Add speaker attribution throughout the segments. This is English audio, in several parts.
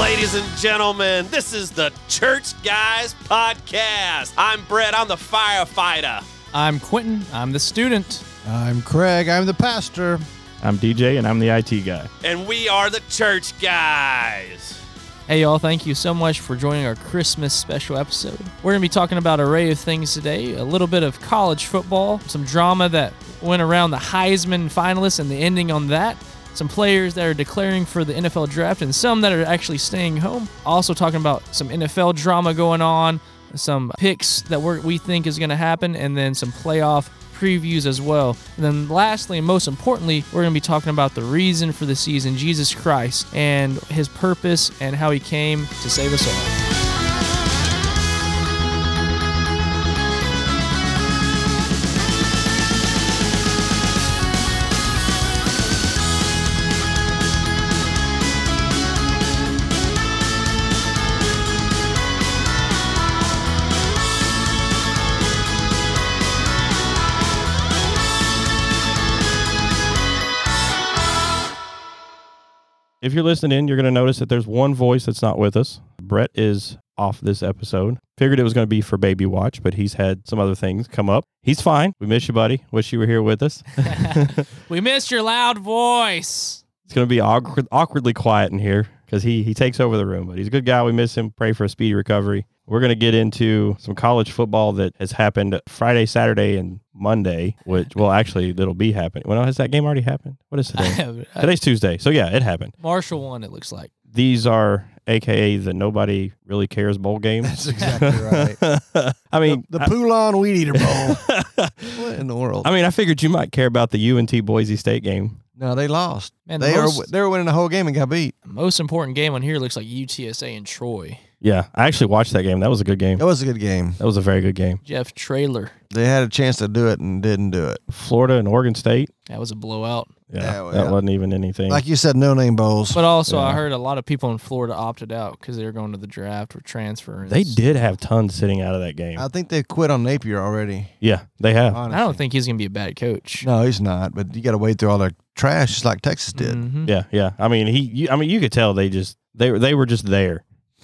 Speaker 1: Ladies and gentlemen, this is the Church Guys Podcast. I'm Brett, I'm the firefighter.
Speaker 2: I'm Quentin. I'm the student.
Speaker 3: I'm Craig. I'm the pastor.
Speaker 4: I'm DJ and I'm the IT guy.
Speaker 1: and we are the church guys.
Speaker 2: Hey, y'all, thank you so much for joining our Christmas special episode. We're going to be talking about an array of things today a little bit of college football, some drama that went around the Heisman finalists and the ending on that, some players that are declaring for the NFL draft, and some that are actually staying home. Also, talking about some NFL drama going on, some picks that we're, we think is going to happen, and then some playoff previews as well. And then lastly and most importantly, we're going to be talking about the reason for the season, Jesus Christ, and his purpose and how he came to save us all.
Speaker 4: If you're listening in, you're going to notice that there's one voice that's not with us. Brett is off this episode. Figured it was going to be for Baby Watch, but he's had some other things come up. He's fine. We miss you, buddy. Wish you were here with us.
Speaker 2: We missed your loud voice.
Speaker 4: it's going to be awkward, awkwardly quiet in here because he, he takes over the room, but he's a good guy. We miss him. Pray for a speedy recovery. We're going to get into some college football that has happened Friday, Saturday, and Monday, which, well, actually, it'll be happening. Well, has that game already happened? What is today? Today's Tuesday. So, yeah, it happened.
Speaker 2: Marshall won, it looks like.
Speaker 4: these are aka the nobody really cares bowl games.
Speaker 3: That's exactly right.
Speaker 4: I mean,
Speaker 3: the Poulon Weed Eater Bowl.
Speaker 4: I,
Speaker 3: what in the world?
Speaker 4: I mean, I figured you might care about the UNT Boise State game.
Speaker 3: no, they lost.
Speaker 2: Man,
Speaker 3: they
Speaker 2: the
Speaker 3: are
Speaker 2: most-
Speaker 3: they were winning the whole game and got beat.
Speaker 2: Most important game on here looks like UTSA and Troy.
Speaker 4: Yeah, I actually watched that game. That was a good game.
Speaker 3: That was a good game.
Speaker 4: That was a very good game.
Speaker 2: Jeff Trailer.
Speaker 3: They had a chance to do it and didn't do it.
Speaker 4: Florida and Oregon State.
Speaker 2: That was a blowout.
Speaker 4: Yeah,
Speaker 3: Yeah, well,
Speaker 4: that
Speaker 3: yeah.
Speaker 4: wasn't even anything.
Speaker 3: Like you said, no name bowls.
Speaker 2: But also, I
Speaker 4: Yeah.
Speaker 2: heard a lot of people in Florida opted out because they were going to the draft or transfer.
Speaker 4: they did have tons sitting out of that game.
Speaker 3: I Uh-huh. think they quit on Napier already.
Speaker 4: yeah, they have.
Speaker 2: I don't think he's going to be a bad coach.
Speaker 3: No, he's not. But you got to wade through all their trash, just like Texas did.
Speaker 2: Mhm.
Speaker 4: Yeah, yeah. I mean, he. You, I mean, you could tell they just they were they were just there.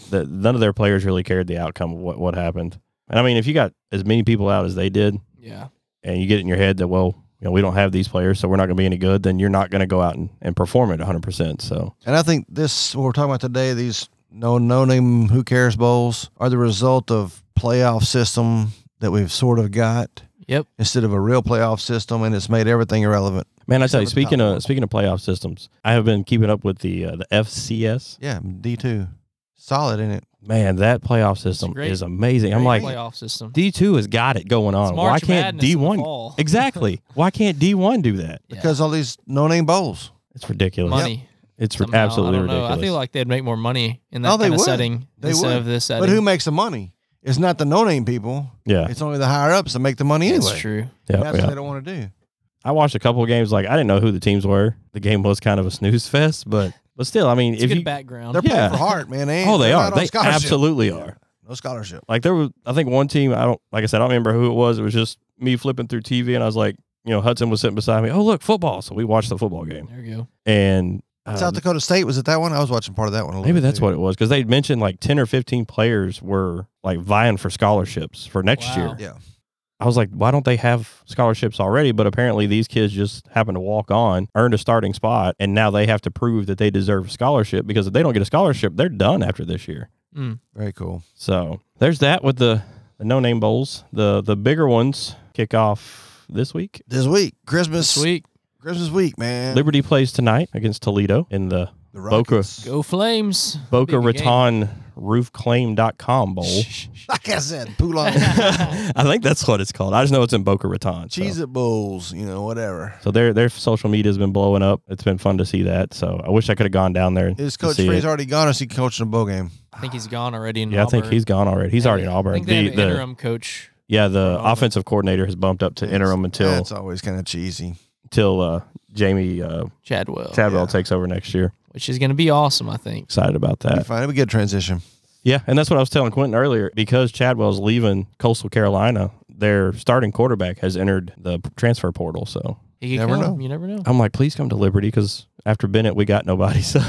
Speaker 4: That none of their players really cared the outcome of what what happened. And I mean, if you got as many people out as they did,
Speaker 2: Yeah.
Speaker 4: and you get it in your head that well you know we don't have these players so we're not going to be any good then you're not going to go out and, and perform at 100% so
Speaker 3: And I think this what we're talking about today, these no no name who cares bowls, are the result of playoff system that we've sort of got.
Speaker 2: Yep.
Speaker 3: instead of a real playoff system, and it's made everything irrelevant.
Speaker 4: man i tell you
Speaker 3: Except for the
Speaker 4: speaking
Speaker 3: top
Speaker 4: of
Speaker 3: one.
Speaker 4: speaking of playoff systems i have been keeping up with the uh, the fcs
Speaker 3: Yeah, D two, solid in it.
Speaker 4: man that playoff system
Speaker 2: great.
Speaker 4: is amazing i'm
Speaker 2: Great
Speaker 4: like
Speaker 2: playoff system.
Speaker 4: d2 has got it going on
Speaker 2: It's
Speaker 4: why
Speaker 2: March
Speaker 4: can't
Speaker 2: Madness in the
Speaker 4: d1
Speaker 2: fall.
Speaker 4: exactly why can't d1 do that
Speaker 2: Yeah.
Speaker 3: Because all these no name bowls.
Speaker 4: it's ridiculous
Speaker 2: money.
Speaker 4: it's ri-
Speaker 2: somehow.
Speaker 4: absolutely
Speaker 2: I don't
Speaker 4: ridiculous
Speaker 2: Know. I feel like they'd make more money in that
Speaker 3: Oh, they
Speaker 2: kind of
Speaker 3: would.
Speaker 2: setting
Speaker 3: They
Speaker 2: instead
Speaker 3: would.
Speaker 2: of this setting.
Speaker 3: But who makes the money? It's not the no name people.
Speaker 4: yeah
Speaker 3: It's only the higher ups that make the money anyway.
Speaker 2: That's true.
Speaker 4: yeah,
Speaker 3: That's
Speaker 4: yeah.
Speaker 3: what they don't want to do.
Speaker 4: i watched a couple of games like i didn't know who the teams were the game was kind of a snooze fest but but still i mean
Speaker 2: It's
Speaker 4: if
Speaker 2: good
Speaker 4: you
Speaker 2: background.
Speaker 3: They're
Speaker 4: Yeah.
Speaker 3: playing for heart, man. They ain't-
Speaker 4: oh they
Speaker 3: they're
Speaker 4: are
Speaker 3: not on
Speaker 4: they
Speaker 3: scholarship.
Speaker 4: absolutely are
Speaker 3: No scholarship.
Speaker 4: like there was I think one team I don't like I said I don't remember who it was. It was just me flipping through TV and I was like, you know, Hudson was sitting beside me. Oh look, football! So we watched the football game
Speaker 2: There we go.
Speaker 4: and uh,
Speaker 3: South Dakota State was it that one? I was watching part of that one. A little
Speaker 4: maybe
Speaker 3: bit,
Speaker 4: that's
Speaker 3: too.
Speaker 4: what it was because they mentioned like ten or fifteen players were like vying for scholarships for next
Speaker 2: Wow.
Speaker 4: year.
Speaker 3: Yeah.
Speaker 4: I was like, why don't they have scholarships already? But apparently these kids just happened to walk on, earned a starting spot, and now they have to prove that they deserve a scholarship because if they don't get a scholarship, they're done after this year.
Speaker 3: Very cool.
Speaker 4: So there's that with the, the no name bowls. The the bigger ones kick off this week.
Speaker 3: This week, Christmas,
Speaker 2: This week,
Speaker 3: Christmas week, man.
Speaker 4: Liberty plays tonight against Toledo in the
Speaker 3: the
Speaker 4: Boca-
Speaker 3: Rockets.
Speaker 2: go Flames.
Speaker 4: Boca
Speaker 2: Big game.
Speaker 4: Raton roofclaim.com bowl.
Speaker 3: Like I said, Poulon,
Speaker 4: I think that's what it's called. I just know it's in Boca Raton. So.
Speaker 3: cheese it bowls, you know, whatever.
Speaker 4: So their their social media has been blowing up. It's been fun to see that. So I wish I could have gone down there. and-
Speaker 3: Is
Speaker 4: to
Speaker 3: Coach
Speaker 4: see
Speaker 3: Freeze
Speaker 4: it.
Speaker 3: already gone? Or is he coaching a bowl game?
Speaker 2: I think he's gone already. In
Speaker 4: Yeah, I think
Speaker 2: Auburn.
Speaker 4: he's gone already. He's
Speaker 2: Yeah,
Speaker 4: already in
Speaker 2: I
Speaker 4: Auburn.
Speaker 2: think they
Speaker 4: the,
Speaker 2: have
Speaker 4: the-
Speaker 2: an interim coach.
Speaker 4: yeah, the
Speaker 2: Auburn.
Speaker 4: offensive coordinator has bumped up to interim until
Speaker 3: That's always kind of cheesy.
Speaker 4: till uh, Jamie uh,
Speaker 2: Chadwell,
Speaker 4: Chadwell
Speaker 3: Yeah.
Speaker 4: takes over next year.
Speaker 2: which is going to be awesome, I think.
Speaker 4: Excited about that.
Speaker 3: Fine, it'll be a good transition.
Speaker 4: Yeah, and that's what I was telling Quentin earlier. Because Chadwell's leaving Coastal Carolina, their starting quarterback has entered the transfer portal. So
Speaker 2: He could
Speaker 3: Never
Speaker 2: come.
Speaker 3: know.
Speaker 2: You never know.
Speaker 4: I'm like, please come to Liberty because after Bennett, we got nobody. So.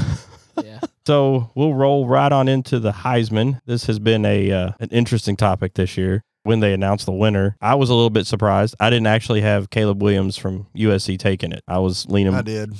Speaker 2: yeah.
Speaker 4: So we'll roll right on into the Heisman. This has been a uh, an interesting topic this year. When they announced the winner, I was a little bit surprised. I didn't actually have Caleb Williams from USC taking it. I was leaning.
Speaker 3: I
Speaker 4: I,
Speaker 3: did.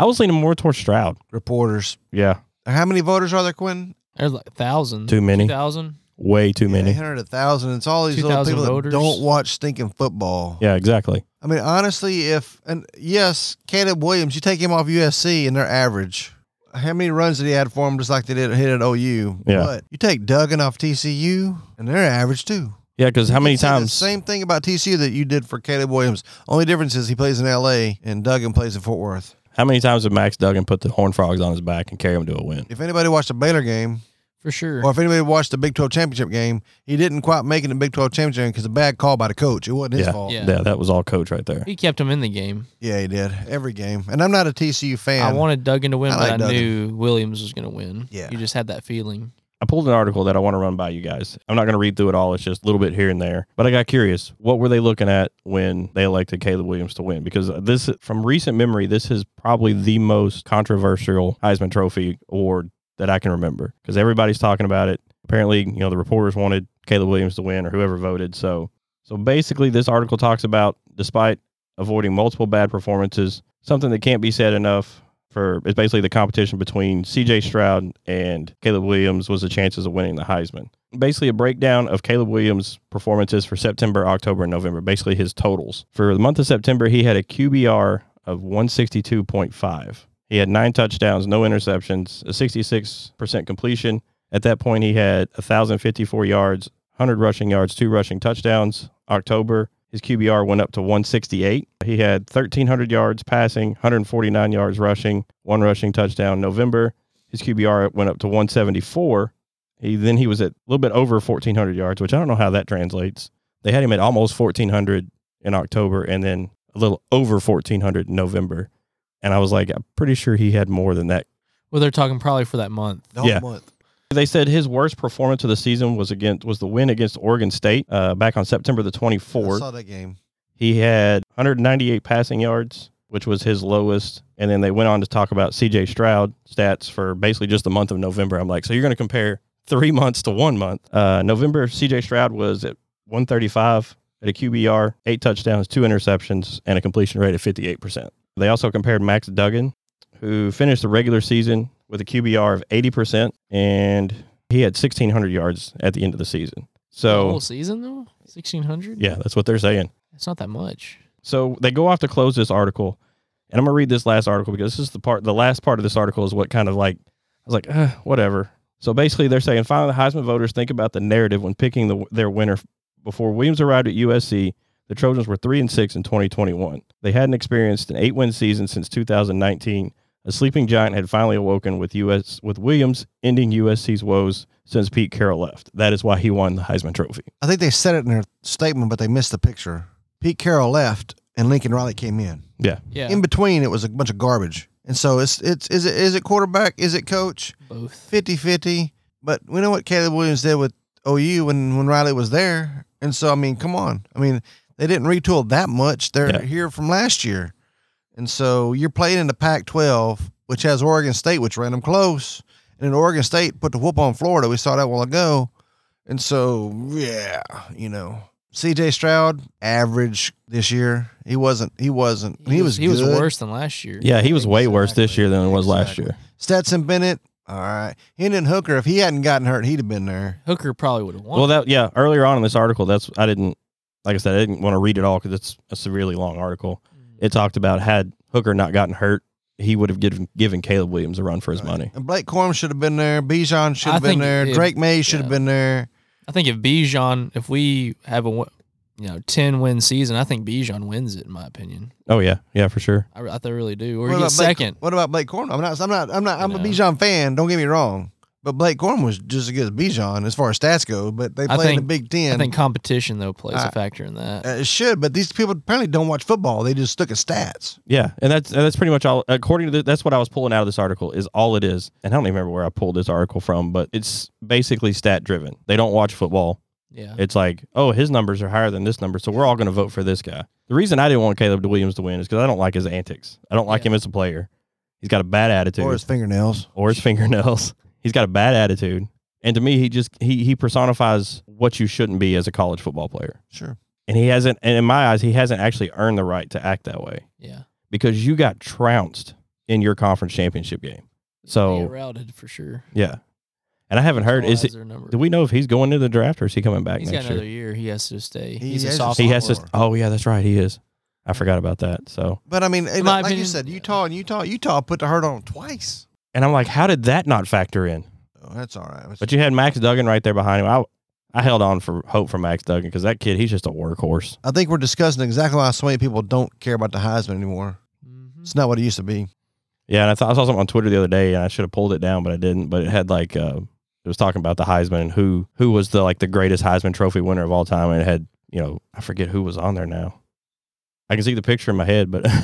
Speaker 4: was leaning more towards Stroud.
Speaker 3: Reporters.
Speaker 4: Yeah,
Speaker 3: How many voters are there, Quinn?
Speaker 2: There's like thousand.
Speaker 4: too many,
Speaker 2: thousand.
Speaker 4: way too
Speaker 3: Eight
Speaker 4: many.
Speaker 3: hundred, a thousand. It's all these little
Speaker 2: 2,000
Speaker 3: people
Speaker 2: voters.
Speaker 3: that don't watch stinking football.
Speaker 4: Yeah, exactly.
Speaker 3: I mean, honestly, if and yes, Caleb Williams, you take him off USC and they're average. How many runs did he had for him? Just like they did hit at OU.
Speaker 4: Yeah.
Speaker 3: But you take Duggan off TCU and they're average too.
Speaker 4: Yeah, because how many
Speaker 3: You say the
Speaker 4: times?
Speaker 3: same thing about TCU that you did for Caleb Williams. Only difference is he plays in LA and Duggan plays in Fort Worth.
Speaker 4: How many times did Max Duggan put the Horn Frogs on his back and carry him to a win?
Speaker 3: If anybody watched the Baylor game
Speaker 2: For sure.
Speaker 3: or if anybody watched the Big 12 championship game, he didn't quite make it in the Big 12 championship game because a bad call by the coach. It wasn't his
Speaker 4: Yeah.
Speaker 3: fault.
Speaker 2: Yeah.
Speaker 4: Yeah. that was all coach right there.
Speaker 2: he kept him in the game.
Speaker 3: Yeah, he did. Every game. And I'm not a TCU fan.
Speaker 2: I wanted Duggan to win,
Speaker 3: I
Speaker 2: but
Speaker 3: like
Speaker 2: I
Speaker 3: Duggan.
Speaker 2: knew Williams was going to win.
Speaker 3: Yeah.
Speaker 2: You just had that feeling.
Speaker 4: I pulled an article that I want to run by you guys. I'm not going to read through it all. It's just a little bit here and there. But I got curious. What were they looking at when they elected Caleb Williams to win? Because this, from recent memory, this is probably the most controversial Heisman Trophy award that I can remember. Because everybody's talking about it. Apparently, you know, the reporters wanted Caleb Williams to win, or whoever voted. So, so basically, this article talks about despite avoiding multiple bad performances, something that can't be said enough for it's basically the competition between CJ Stroud and Caleb Williams was the chances of winning the Heisman. Basically, a breakdown of Caleb Williams' performances for September, October, and November, basically his totals. For the month of September, he had a QBR of 162.5. He had nine touchdowns, no interceptions, a 66% completion. At that point, he had 1,054 yards, 100 rushing yards, two rushing touchdowns. October, his QBR went up to 168. He had 1,300 yards passing, 149 yards rushing, one rushing touchdown. November, his QBR went up to 174. He, then he was at a little bit over 1,400 yards, which I don't know how that translates. They had him at almost 1,400 in October and then a little over 1,400 in November. And I was like, I'm pretty sure he had more than that
Speaker 2: Well, they're talking probably for that month.
Speaker 3: the whole
Speaker 4: Yeah.
Speaker 3: month.
Speaker 4: they said his worst performance of the season was against was the win against Oregon State uh, back on September the
Speaker 3: I
Speaker 4: 24th.
Speaker 3: saw that game.
Speaker 4: He had 198 passing yards, which was his lowest. And then they went on to talk about CJ Stroud stats for basically just the month of November. I'm like, so you're going to compare three months to one month. Uh, November, CJ Stroud was at 135 at a QBR, eight touchdowns, two interceptions, and a completion rate of 58%. They also compared Max Duggan, who finished the regular season with a QBR of 80%, and he had 1,600 yards at the end of the season.
Speaker 2: the
Speaker 4: So,
Speaker 2: whole season though, sixteen hundred.
Speaker 4: yeah, that's what they're saying.
Speaker 2: it's not that much.
Speaker 4: So they go off to close this article, and I'm gonna read this last article because this is the part. The last part of this article is what kind of like I was like, uh, whatever. So basically, they're saying finally the Heisman voters think about the narrative when picking the, their winner. Before Williams arrived at USC, the Trojans were three and six in 2021. They hadn't experienced an eight win season since 2019. A sleeping giant had finally awoken with US with Williams ending USC's woes since Pete Carroll left. That is why he won the Heisman Trophy.
Speaker 3: I think they said it in their statement, but they missed the picture. Pete Carroll left and Lincoln Riley came in.
Speaker 2: Yeah,
Speaker 3: In between, it was a bunch of garbage. And so it's it's is it is it quarterback? Is it coach?
Speaker 2: both.
Speaker 3: 50-50. But we know what Caleb Williams did with OU when when Riley was there. And so I mean, come on. I mean, they didn't retool that much. They're
Speaker 4: Yeah.
Speaker 3: here from last year. And so you're playing in the Pac-12, which has Oregon State, which ran them close, and then Oregon State put the whoop on Florida. We saw that a while ago. And so yeah, you know. CJ Stroud, average this year. He wasn't. He wasn't. He, was.
Speaker 2: he was
Speaker 3: good.
Speaker 2: worse than last year.
Speaker 4: Yeah, he was way worse this year than it was last
Speaker 3: Exactly.
Speaker 4: year.
Speaker 3: Stetson Bennett. All right. Hendon Hooker. If he hadn't gotten hurt, he'd have been there.
Speaker 2: Hooker probably would have won.
Speaker 4: Well, that yeah. Earlier on in this article, that's I didn't like I said I didn't want to read it all because it's a severely long article. It talked about had Hooker not gotten hurt, he would have given given Caleb Williams a run for his money.
Speaker 3: And Blake Corm should have been there. Bijan should
Speaker 2: I
Speaker 3: have been
Speaker 2: think
Speaker 3: there.
Speaker 2: it-
Speaker 3: Drake May should have
Speaker 2: yeah.
Speaker 3: been there.
Speaker 2: I think if Bijan, if we have a win- you know ten win season, I think Bijan wins it in my opinion.
Speaker 4: Oh yeah, yeah for sure.
Speaker 2: I, I th- really do. Or
Speaker 3: What
Speaker 2: he
Speaker 3: about
Speaker 2: gets
Speaker 3: Blake-
Speaker 2: second.
Speaker 3: What about Blake Corm? I'm not. I'm not. I'm not. I'm a
Speaker 2: know.
Speaker 3: Bijan fan. Don't get me wrong. But Blake Corn was just as good as Bijan as far as stats go. But they
Speaker 2: I
Speaker 3: play in the
Speaker 2: think-
Speaker 3: Big Ten.
Speaker 2: I think competition though plays
Speaker 3: I-
Speaker 2: a factor in that.
Speaker 3: Uh, it should, but these people apparently don't watch football. They just look at stats.
Speaker 4: Yeah, and that's and that's pretty much all. According to the, that's what I was pulling out of this article is all it is. And I don't even remember where I pulled this article from, but it's basically stat driven. They don't watch football.
Speaker 2: Yeah.
Speaker 4: It's like, oh, his numbers are higher than this number, so we're all going to vote for this guy. The reason I didn't want Caleb Williams to win is because I don't like his antics. I don't like
Speaker 2: Yeah.
Speaker 4: him as a player. He's got a bad attitude
Speaker 3: Or his fingernails.
Speaker 4: or his fingernails. He's got a bad attitude, and to me, he just he he personifies what you shouldn't be as a college football player.
Speaker 3: Sure.
Speaker 4: And he hasn't, and in my eyes, he hasn't actually earned the right to act that way
Speaker 2: Yeah.
Speaker 4: because you got trounced in your conference championship game. So
Speaker 2: They
Speaker 4: yeah,
Speaker 2: get routed for sure.
Speaker 4: and I haven't heard.
Speaker 2: That's
Speaker 4: Is
Speaker 2: why their
Speaker 4: it?
Speaker 2: number.
Speaker 4: Do we know if he's going to the draft or is he coming back
Speaker 2: He's got
Speaker 4: next
Speaker 2: another
Speaker 4: year?
Speaker 2: year. He has to stay.
Speaker 3: He
Speaker 2: He's a
Speaker 3: has to
Speaker 2: sophomore.
Speaker 3: stay.
Speaker 4: He has to.
Speaker 3: sophomore.
Speaker 4: Oh yeah, that's right. He is. I forgot about that. So,
Speaker 3: But I mean, it-
Speaker 2: my
Speaker 3: like you
Speaker 2: opinion,
Speaker 3: said,
Speaker 2: yeah.
Speaker 3: Utah and Utah, Utah put the hurt on them twice.
Speaker 4: and I'm like, how did that not factor in?
Speaker 3: Oh, that's all right.
Speaker 4: But you had Max Duggan right there behind him. I, I held on for hope for Max Duggan because that kid, he's just a workhorse.
Speaker 3: I think we're discussing exactly why so many people don't care about the Heisman anymore.
Speaker 2: Mhm.
Speaker 3: It's not what it used to be.
Speaker 4: Yeah, and I, thought I saw something on Twitter the other day, and I should have pulled it down, but I didn't. But it had like, uh, it was talking about the Heisman and who who was the like the greatest Heisman Trophy winner of all time, and it had you know I forget who was on there now. I can see the picture in my head, but I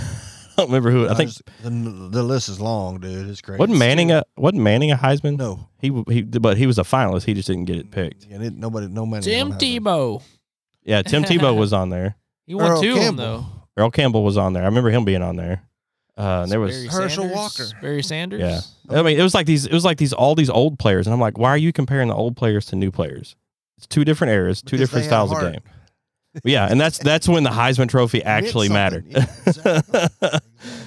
Speaker 4: don't remember who. I think
Speaker 3: just- the, the list is long, dude. It's crazy.
Speaker 4: wasn't Manning a wasn't Manning a Heisman?
Speaker 3: No,
Speaker 4: He he, but he was a finalist. He just didn't get it picked.
Speaker 3: Yeah, didn't- nobody, no Manning.
Speaker 2: Tim
Speaker 3: won Heisman.
Speaker 2: Tebow.
Speaker 4: Yeah, Tim Tebow was on there.
Speaker 2: He won
Speaker 3: Earl
Speaker 2: two of them
Speaker 3: Campbell.
Speaker 2: though.
Speaker 4: Earl Campbell was on there. I remember him being on there. Uh, and there was
Speaker 2: Barry
Speaker 3: Herschel
Speaker 2: Sanders,
Speaker 3: Walker.
Speaker 2: Barry Sanders.
Speaker 4: Yeah. I mean, it was like these. It was like these. All these old players, and I'm like, why are you comparing the old players to new players? It's two different eras, two
Speaker 3: Because
Speaker 4: different
Speaker 3: they had
Speaker 4: styles of
Speaker 3: heart.
Speaker 4: game. Yeah, and that's that's when the Heisman Trophy actually mattered.
Speaker 3: something. Yeah, exactly.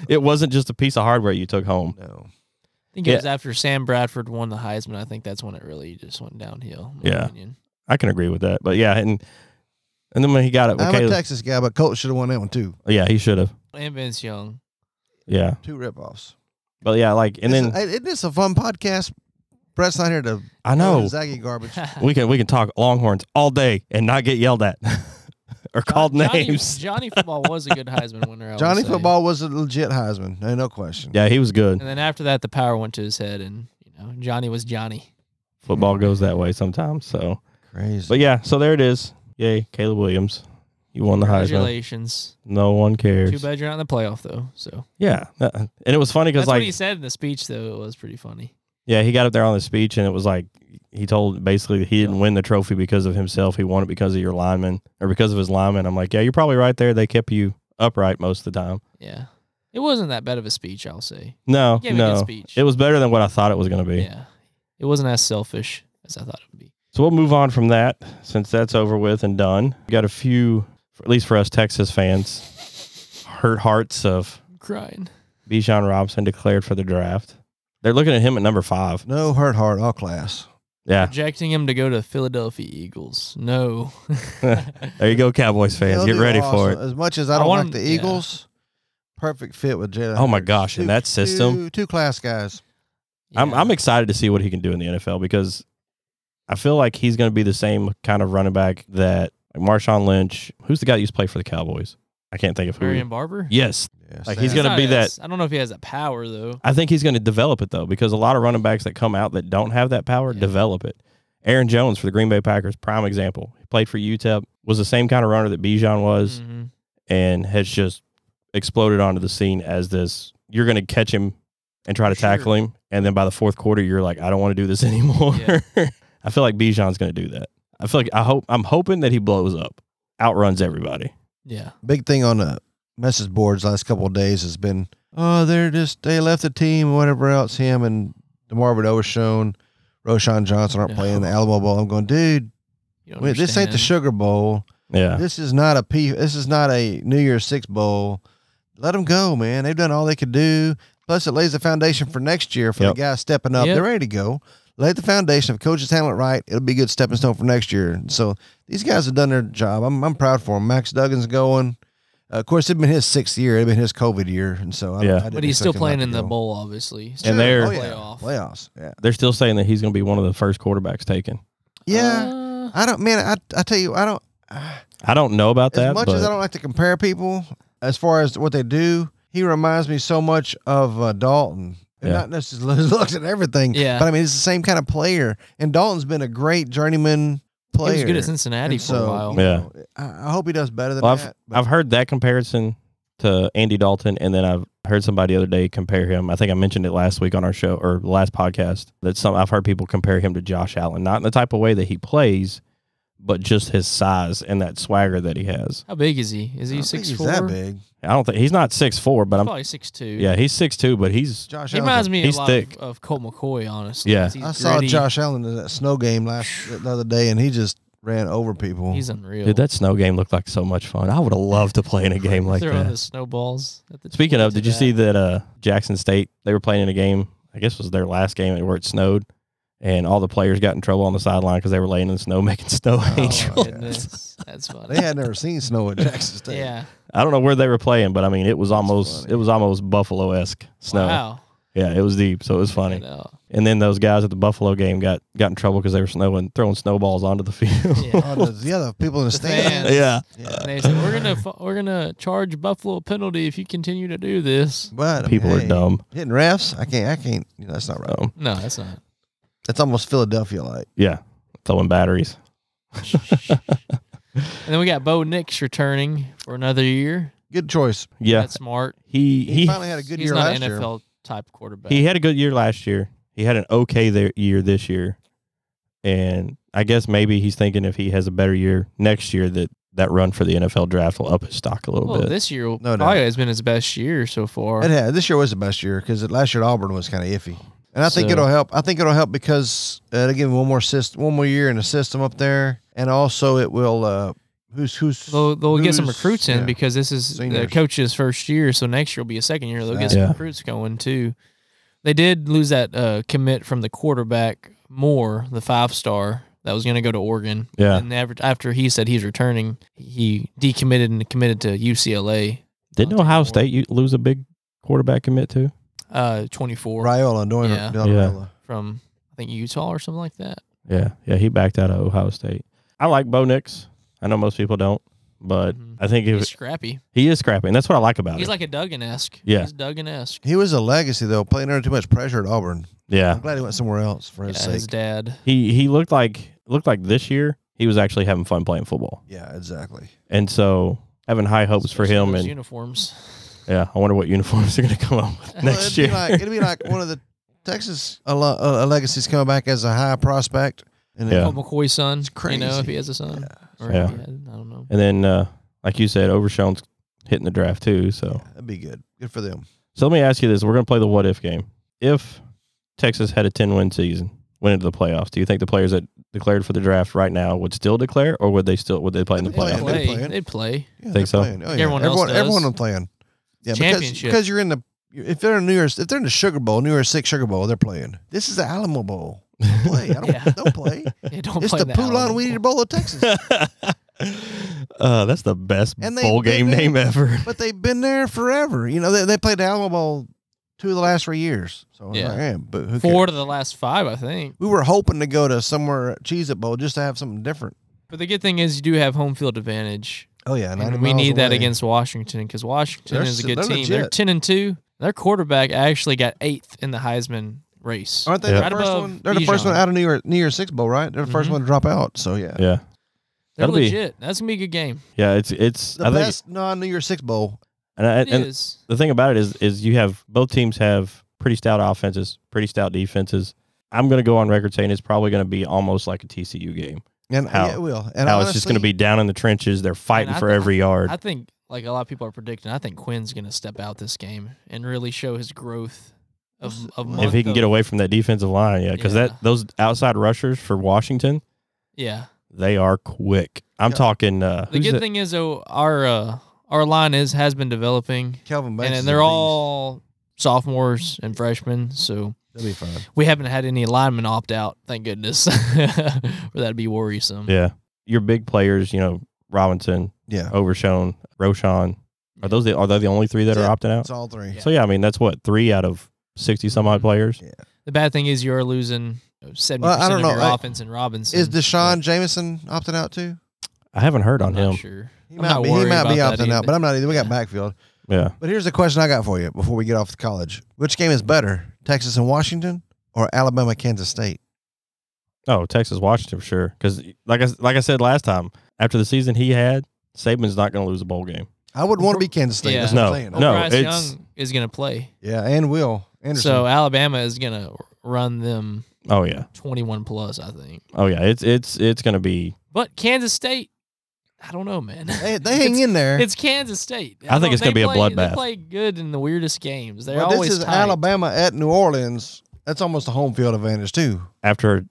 Speaker 4: it wasn't just a piece of hardware you took home.
Speaker 3: No.
Speaker 2: I think
Speaker 4: Yeah.
Speaker 2: it was after Sam Bradford won the Heisman. I think that's when it really just went downhill. in my
Speaker 4: Yeah.
Speaker 2: opinion.
Speaker 4: I can agree with that, but yeah, and and then when he got it with
Speaker 3: I'm a
Speaker 4: Caleb,
Speaker 3: Texas guy, but Colt should have won that one too.
Speaker 4: yeah, he should have.
Speaker 2: And Vince Young.
Speaker 4: Yeah,
Speaker 3: Two ripoffs.
Speaker 4: but yeah, like, and
Speaker 3: This
Speaker 4: then
Speaker 3: is- hey, isn't this a fun podcast? Brett's not here to
Speaker 4: I know
Speaker 3: Zaggy garbage.
Speaker 4: we can we can talk Longhorns all day and not get yelled at or called
Speaker 2: Johnny-
Speaker 4: names.
Speaker 2: Johnny Football was a good Heisman winner. I will
Speaker 3: Johnny
Speaker 2: say.
Speaker 3: Football was a legit Heisman, no, no question.
Speaker 4: Yeah, he was good.
Speaker 2: And then after that, the power went to his head, and you know Johnny was Johnny.
Speaker 4: Football goes that way sometimes. So
Speaker 3: Crazy.
Speaker 4: But yeah, so there it is. Yay, Caleb Williams. You won the Heisman.
Speaker 2: Congratulations.
Speaker 4: No one
Speaker 2: Too
Speaker 4: cares.
Speaker 2: bad you're not in the playoff though. So
Speaker 4: Yeah. Uh, And it was funny
Speaker 2: that's
Speaker 4: because,
Speaker 2: what he
Speaker 4: like,
Speaker 2: said in the speech though. It was pretty funny.
Speaker 4: yeah, he got up there on the speech and it was like, he told basically that he didn't win the trophy because of himself. He won it because of your lineman or because of his lineman. I'm like, yeah, you're probably right there. They kept you upright most of the time.
Speaker 2: Yeah. It wasn't that bad of a speech, I'll say.
Speaker 4: No,
Speaker 2: He gave a good
Speaker 4: no.
Speaker 2: speech.
Speaker 4: It was better than what I thought it was going to be.
Speaker 2: yeah. It wasn't as selfish as I thought it would be.
Speaker 4: So we'll move on from that since that's over with and done. We got a few, at least for us Texas fans, hurt hearts of
Speaker 2: I'm crying.
Speaker 4: Bijan Robinson declared for the draft. They're looking at him at number five.
Speaker 3: no hurt heart, all class.
Speaker 4: Yeah.
Speaker 2: Projecting him to go to Philadelphia Eagles. No.
Speaker 4: There you go, Cowboys fans.
Speaker 3: They'll
Speaker 4: Get
Speaker 3: do
Speaker 4: ready for
Speaker 3: awesome.
Speaker 4: it.
Speaker 3: As much as I
Speaker 2: I
Speaker 3: don't
Speaker 2: want
Speaker 3: like
Speaker 2: him-
Speaker 3: the
Speaker 2: yeah.
Speaker 3: Eagles, perfect fit with Jalen.
Speaker 4: Oh my
Speaker 3: Hurts.
Speaker 4: gosh, in
Speaker 3: Two-
Speaker 4: that system?
Speaker 3: two, two class guys.
Speaker 4: I'm,
Speaker 2: Yeah.
Speaker 4: I'm excited to see what he can do in the NFL because I feel like he's going to be the same kind of running back that like Marshawn Lynch. Who's the guy that used to play for the Cowboys? I can't think of who.
Speaker 2: Marion Barber?
Speaker 4: Yes.
Speaker 3: Yeah,
Speaker 4: Like,
Speaker 2: It's
Speaker 4: he's
Speaker 3: sad.
Speaker 4: gonna
Speaker 2: not
Speaker 4: be
Speaker 2: as- I don't know if he has that power though.
Speaker 4: I think he's going to develop it, though, because a lot of running backs that come out that don't have that power
Speaker 2: Yeah.
Speaker 4: develop it. Aaron Jones for the Green Bay Packers, prime example. He played for UTEP, was the same kind of runner that Bijan was.
Speaker 2: Mhm.
Speaker 4: and has just exploded onto the scene as this you're going to catch him and try to
Speaker 2: For sure.
Speaker 4: tackle him and then by the fourth quarter you're like I don't want to do this anymore.
Speaker 2: Yeah.
Speaker 4: I feel like Bijan's going to do that. I feel like I hope I'm hoping that he blows up, outruns everybody.
Speaker 2: Yeah.
Speaker 3: Big thing on the message boards last couple of days has been, oh, they're just they left the team, whatever else. Him and Demarvin Overshone, Roshan Johnson aren't
Speaker 2: Yeah.
Speaker 3: playing the Alamo Bowl. I'm going, dude,
Speaker 2: You don't
Speaker 3: wait, this ain't the
Speaker 2: understand.
Speaker 3: Sugar Bowl.
Speaker 4: Yeah.
Speaker 3: This is not a P. This is not a New Year's Six bowl. Let them go, man. They've done all they could do. Plus, it lays the foundation for next year for
Speaker 4: Yep.
Speaker 3: the guys stepping up.
Speaker 2: Yep.
Speaker 3: They're ready to go. Lay the foundation. If coaches handle it right, it'll be a good stepping stone for next year. So these guys have done their job. I'm, I'm proud for them. Max Duggan's going. Uh, of course, it'd been his sixth year. It'd been his COVID year, and so I,
Speaker 4: Yeah.
Speaker 3: I didn't
Speaker 2: But he's still
Speaker 3: expect him
Speaker 2: playing
Speaker 3: not to
Speaker 2: in the
Speaker 3: go.
Speaker 2: bowl, obviously.
Speaker 4: And they're-
Speaker 3: oh, yeah.
Speaker 2: Playoff.
Speaker 3: playoffs. Yeah,
Speaker 4: They're still saying that he's going to be one of the first quarterbacks taken.
Speaker 3: yeah.
Speaker 2: Uh,
Speaker 3: I don't, man. I I tell you, I don't.
Speaker 4: I don't know about
Speaker 3: as
Speaker 4: that,
Speaker 3: much
Speaker 4: but
Speaker 3: as I don't like to compare people as far as what they do, he reminds me so much of uh, Dalton And
Speaker 4: Yeah.
Speaker 3: Not necessarily his looks and everything.
Speaker 2: Yeah.
Speaker 3: But I mean, it's the same kind of player. And Dalton's been a great journeyman
Speaker 2: Uh,
Speaker 3: player.
Speaker 2: He was good at Cincinnati
Speaker 3: And
Speaker 2: for
Speaker 3: so,
Speaker 2: a while.
Speaker 3: you know, I, I hope he does better than
Speaker 4: Well, I've,
Speaker 3: that. but-
Speaker 4: I've heard that comparison to Andy Dalton, and then I've heard somebody the other day compare him. I think I mentioned it last week on our show or last podcast that some I've heard people compare him to Josh Allen, not in the type of way that he plays, but just his size and that swagger that he has.
Speaker 2: How big is he? Is
Speaker 3: I
Speaker 2: he
Speaker 3: don't think
Speaker 2: six
Speaker 3: he's
Speaker 2: four?
Speaker 3: that big.
Speaker 4: I don't think he's not six four, but I'm
Speaker 2: Probably six two.
Speaker 4: yeah, he's six two, but he's
Speaker 3: Josh
Speaker 2: He
Speaker 3: Allen's
Speaker 2: reminds
Speaker 3: a-
Speaker 2: me a
Speaker 4: He's
Speaker 2: lot
Speaker 4: thick.
Speaker 2: of, of Colt McCoy, honestly.
Speaker 4: Yeah.
Speaker 2: He's
Speaker 3: I saw
Speaker 2: gritty.
Speaker 3: Josh Allen in that snow game last the other day, and he just ran over people.
Speaker 2: He's unreal.
Speaker 4: dude. That snow game looked like so much fun. I would have loved to play in a game like
Speaker 2: Throwing
Speaker 4: that.
Speaker 2: the snowballs. At the
Speaker 4: Speaking of,
Speaker 2: to
Speaker 4: did you
Speaker 2: that.
Speaker 4: see that uh, Jackson State? They were playing in a game. I guess it was their last game where it snowed, and all the players got in trouble on the sideline because they were laying in the snow making snow angels.
Speaker 2: Oh, my goodness. That's funny.
Speaker 3: they had never seen snow at Jackson State.
Speaker 2: yeah.
Speaker 4: I don't know where they were playing, but I mean, it was almost
Speaker 3: funny.
Speaker 4: it was almost Buffalo esque snow.
Speaker 2: Wow.
Speaker 4: Yeah, it was deep, so it was
Speaker 2: You
Speaker 4: funny.
Speaker 2: know.
Speaker 4: And then those guys at the Buffalo game got got in trouble because they were snowing, throwing snowballs onto the field.
Speaker 2: Yeah.
Speaker 3: Oh, the, the other people in the
Speaker 2: The
Speaker 3: stands.
Speaker 2: fans.
Speaker 4: Yeah.
Speaker 3: Yeah.
Speaker 2: And they said we're gonna fu- we're gonna charge Buffalo a penalty if you continue to do this.
Speaker 3: But I mean,
Speaker 4: People
Speaker 3: hey,
Speaker 4: are dumb.
Speaker 3: Hitting refs? I can't. I can't. You know, that's not right.
Speaker 4: Um,
Speaker 2: No, that's not.
Speaker 3: That's almost Philadelphia like.
Speaker 4: yeah, throwing batteries.
Speaker 2: And then we got Bo Nix returning for another year.
Speaker 3: Good choice.
Speaker 4: Yeah,
Speaker 2: That's smart.
Speaker 4: he
Speaker 3: He,
Speaker 4: he
Speaker 3: finally had a good
Speaker 2: He's
Speaker 3: year
Speaker 2: not
Speaker 3: last
Speaker 2: an
Speaker 3: year.
Speaker 2: NFL type quarterback.
Speaker 4: He had a good year last year. He had an okay there year this year, and I guess maybe he's thinking if he has a better year next year that that run for the NFL draft will up his stock a little
Speaker 2: well,
Speaker 4: bit.
Speaker 2: this year
Speaker 3: No
Speaker 2: probably
Speaker 3: doubt.
Speaker 2: has been his best year so far.
Speaker 3: It had, this year was the best year because last year at Auburn was kind of iffy, and I think
Speaker 4: So-
Speaker 3: it'll help. I think it'll help because uh, it'll give him one more system, one more year in the system up there, and also it will. Uh, who's who's
Speaker 2: They'll, they'll get some
Speaker 3: who's-
Speaker 2: recruits in
Speaker 3: yeah.
Speaker 2: because this is the
Speaker 3: Seniors.
Speaker 2: coach's first year, so next year will be a second year. They'll get some
Speaker 4: Yeah.
Speaker 2: recruits going too. They did lose that uh, commit from the quarterback Moore, the five star that was going to go to Oregon.
Speaker 4: Yeah.
Speaker 2: and after, after he said he's returning, he decommitted and committed to UCLA.
Speaker 4: Didn't
Speaker 2: I'll take
Speaker 4: Ohio
Speaker 2: more.
Speaker 4: State you lose a big quarterback commit to?
Speaker 2: Uh, twenty four
Speaker 3: Raiola doing
Speaker 2: Yeah.
Speaker 3: Donnarumma.
Speaker 2: from I think Utah or something like that.
Speaker 4: Yeah, yeah, he backed out of Ohio State. I like Bo Nix. I know most people don't, but
Speaker 2: Mhm.
Speaker 4: I think
Speaker 2: He's
Speaker 4: if
Speaker 2: scrappy.
Speaker 4: he is scrappy, and that's what I like about
Speaker 2: He's
Speaker 4: it.
Speaker 2: like a Duggan esque.
Speaker 4: Yeah.
Speaker 2: he's Duggan esque.
Speaker 3: He was a legacy though, playing under too much pressure at Auburn.
Speaker 4: yeah,
Speaker 3: I'm glad he went somewhere else for his
Speaker 2: Yeah,
Speaker 3: sake.
Speaker 2: his dad.
Speaker 4: he he looked like looked like this year he was actually having fun playing football,
Speaker 3: yeah, exactly.
Speaker 4: and so having high hopes for
Speaker 2: especially
Speaker 4: him
Speaker 2: those
Speaker 4: and.
Speaker 2: uniforms.
Speaker 4: Yeah, I wonder what uniforms they're going to come up with
Speaker 2: Well,
Speaker 4: next
Speaker 3: it'd
Speaker 4: year.
Speaker 3: be like, it'd be like one of the Texas a, lo- uh, a, a legacy's coming back as a high prospect, and then
Speaker 4: Yeah.
Speaker 2: Colt McCoy's son.
Speaker 3: It's
Speaker 2: You know, if
Speaker 3: crazy.
Speaker 2: he has a son. Or
Speaker 4: Yeah.
Speaker 2: if he had, I don't know.
Speaker 4: and then, uh, like you said, Overshown's hitting the draft too. So,
Speaker 3: that'd be good. Good for them.
Speaker 4: so let me ask you this: We're going to play the what if game. If Texas had a ten win season, went into the playoffs, do you think the players that declared for the draft right now would still declare, or would they still would they play in the
Speaker 3: They'd play.
Speaker 2: They
Speaker 3: Yeah, they're
Speaker 4: playoffs?
Speaker 2: play.
Speaker 3: playing.
Speaker 2: They play.
Speaker 3: Yeah,
Speaker 4: Think
Speaker 3: they're
Speaker 4: so?
Speaker 3: playing. Oh, yeah.
Speaker 2: Everyone else
Speaker 3: everyone,
Speaker 2: does.
Speaker 3: everyone, I'm playing. Yeah, because,
Speaker 2: Championship.
Speaker 3: because you're in the if they're in New Year's if they're in the Sugar Bowl, New Year's Six Sugar Bowl, they're playing. This is the Alamo Bowl. Don't play. I don't,
Speaker 2: Yeah.
Speaker 3: don't play.
Speaker 2: They don't
Speaker 3: it's
Speaker 2: play
Speaker 3: the
Speaker 2: in Alamo
Speaker 3: Poulon Weed Eater
Speaker 2: Bowl.
Speaker 3: Bowl of Texas.
Speaker 4: uh, that's the best
Speaker 3: And they-
Speaker 4: bowl game
Speaker 3: they-
Speaker 4: name ever.
Speaker 3: but they've been there forever. You know, they, they played the Alamo Bowl two of the last three years. So
Speaker 2: Yeah.
Speaker 3: yeah, like, yeah but who
Speaker 2: Four
Speaker 3: cares?
Speaker 2: to the last five, I think.
Speaker 3: We were hoping to go to somewhere Cheez It Bowl just to have something different.
Speaker 2: But the good thing is you do have home field advantage,
Speaker 3: Oh yeah, 90
Speaker 2: and we
Speaker 3: miles
Speaker 2: need that
Speaker 3: away.
Speaker 2: against Washington because Washington
Speaker 3: They're
Speaker 2: is a
Speaker 3: s-
Speaker 2: good
Speaker 3: they're
Speaker 2: team. They're
Speaker 3: legit.
Speaker 2: ten and two. Their quarterback actually got eighth in the Heisman race.
Speaker 3: Aren't they
Speaker 4: Yeah.
Speaker 2: Right
Speaker 3: the first
Speaker 2: above
Speaker 3: one? They're the first
Speaker 2: Bijan.
Speaker 3: one out of New Year New Year's Six Bowl, right? They're the first
Speaker 2: Mhm.
Speaker 3: one to drop out. So yeah,
Speaker 4: Yeah,
Speaker 2: They're
Speaker 4: that'll be-
Speaker 2: legit. That's gonna be a good game.
Speaker 4: yeah. It's it's
Speaker 3: the
Speaker 4: I think
Speaker 3: best non New Year's Six Bowl.
Speaker 4: and, I,
Speaker 2: It
Speaker 4: and
Speaker 2: is.
Speaker 4: the thing about it is is you have both teams have pretty stout offenses, pretty stout defenses. I'm going to go on record saying it's probably going to be almost like a TCU game.
Speaker 3: And
Speaker 4: How-
Speaker 3: yeah, it will. And
Speaker 4: How it's just going to
Speaker 3: honestly,
Speaker 4: be down in the trenches. They're fighting
Speaker 2: Man, I
Speaker 4: for
Speaker 2: thi-
Speaker 4: every yard.
Speaker 2: I think, like a lot of people are predicting, I think Quinn's going to step out this game and really show his growth of,
Speaker 3: What's-
Speaker 2: of
Speaker 3: If
Speaker 2: month
Speaker 4: if he can
Speaker 2: of-
Speaker 4: get away from that defensive line, yeah, because
Speaker 2: Yeah.
Speaker 4: that those outside rushers for Washington,
Speaker 2: Yeah.
Speaker 4: they are quick. I'm
Speaker 3: Yeah.
Speaker 4: talking. Uh,
Speaker 2: The
Speaker 4: who's
Speaker 2: good
Speaker 4: the-
Speaker 2: thing is, though, our uh, our line is has been developing,
Speaker 3: Calvin Banks,
Speaker 2: and,
Speaker 3: is a
Speaker 2: they're
Speaker 3: beast.
Speaker 2: all sophomores and freshmen, so
Speaker 3: They'll be fine.
Speaker 2: we haven't had any linemen opt out. Thank goodness, or that'd be worrisome.
Speaker 4: Yeah, your big players. You know, Robinson,
Speaker 3: Yeah,
Speaker 2: Oh.
Speaker 4: Overshone, Roshan. Are those the, are they the only three that
Speaker 3: Yeah.
Speaker 4: are opting out?
Speaker 3: it's all three.
Speaker 2: Yeah. Mm-hmm.
Speaker 4: So yeah, I mean that's what three out of sixty some odd players.
Speaker 2: The bad thing is you are losing seventy
Speaker 3: Well, I
Speaker 2: percent
Speaker 3: don't
Speaker 2: of
Speaker 3: know.
Speaker 2: your
Speaker 3: I-
Speaker 2: offense in Robinson.
Speaker 3: Is Deshaun Jameson opting out too?
Speaker 4: I haven't heard
Speaker 2: I'm
Speaker 4: on
Speaker 2: not
Speaker 4: him.
Speaker 2: sure.
Speaker 3: He
Speaker 2: I'm
Speaker 3: might
Speaker 2: not
Speaker 3: be. He
Speaker 2: worried
Speaker 3: might be
Speaker 2: about that
Speaker 3: opting out,
Speaker 2: either.
Speaker 3: but I'm not either. We got
Speaker 2: Yeah.
Speaker 3: backfield.
Speaker 4: Yeah.
Speaker 3: But here's the question I got for you before we get off to college: Which game is better, Texas and Washington, or Alabama, Kansas State?
Speaker 4: Oh, Texas, Washington for sure. Because like I like I said last time, after the season he had, Saban's not going to lose a bowl game.
Speaker 3: I wouldn't want to be Kansas State. That's what
Speaker 4: No,
Speaker 3: I'm saying.
Speaker 4: no.
Speaker 2: Bryce
Speaker 4: it's-
Speaker 2: Young is going to play.
Speaker 3: Yeah, and Will Anderson.
Speaker 2: So Alabama is going to run them
Speaker 4: Oh yeah,
Speaker 2: 21 plus, I think.
Speaker 4: oh yeah. It's it's it's going to be.
Speaker 2: But Kansas State, I don't know, man.
Speaker 3: they, they hang in there.
Speaker 2: It's Kansas State.
Speaker 4: I think it's
Speaker 2: don't-
Speaker 4: gonna
Speaker 2: they
Speaker 4: be a
Speaker 2: play- They
Speaker 4: bloodbath.
Speaker 2: play good in the weirdest games. They're
Speaker 3: Well,
Speaker 2: always
Speaker 3: this is
Speaker 2: tight.
Speaker 3: Alabama at New Orleans. That's almost a home field advantage too.
Speaker 4: after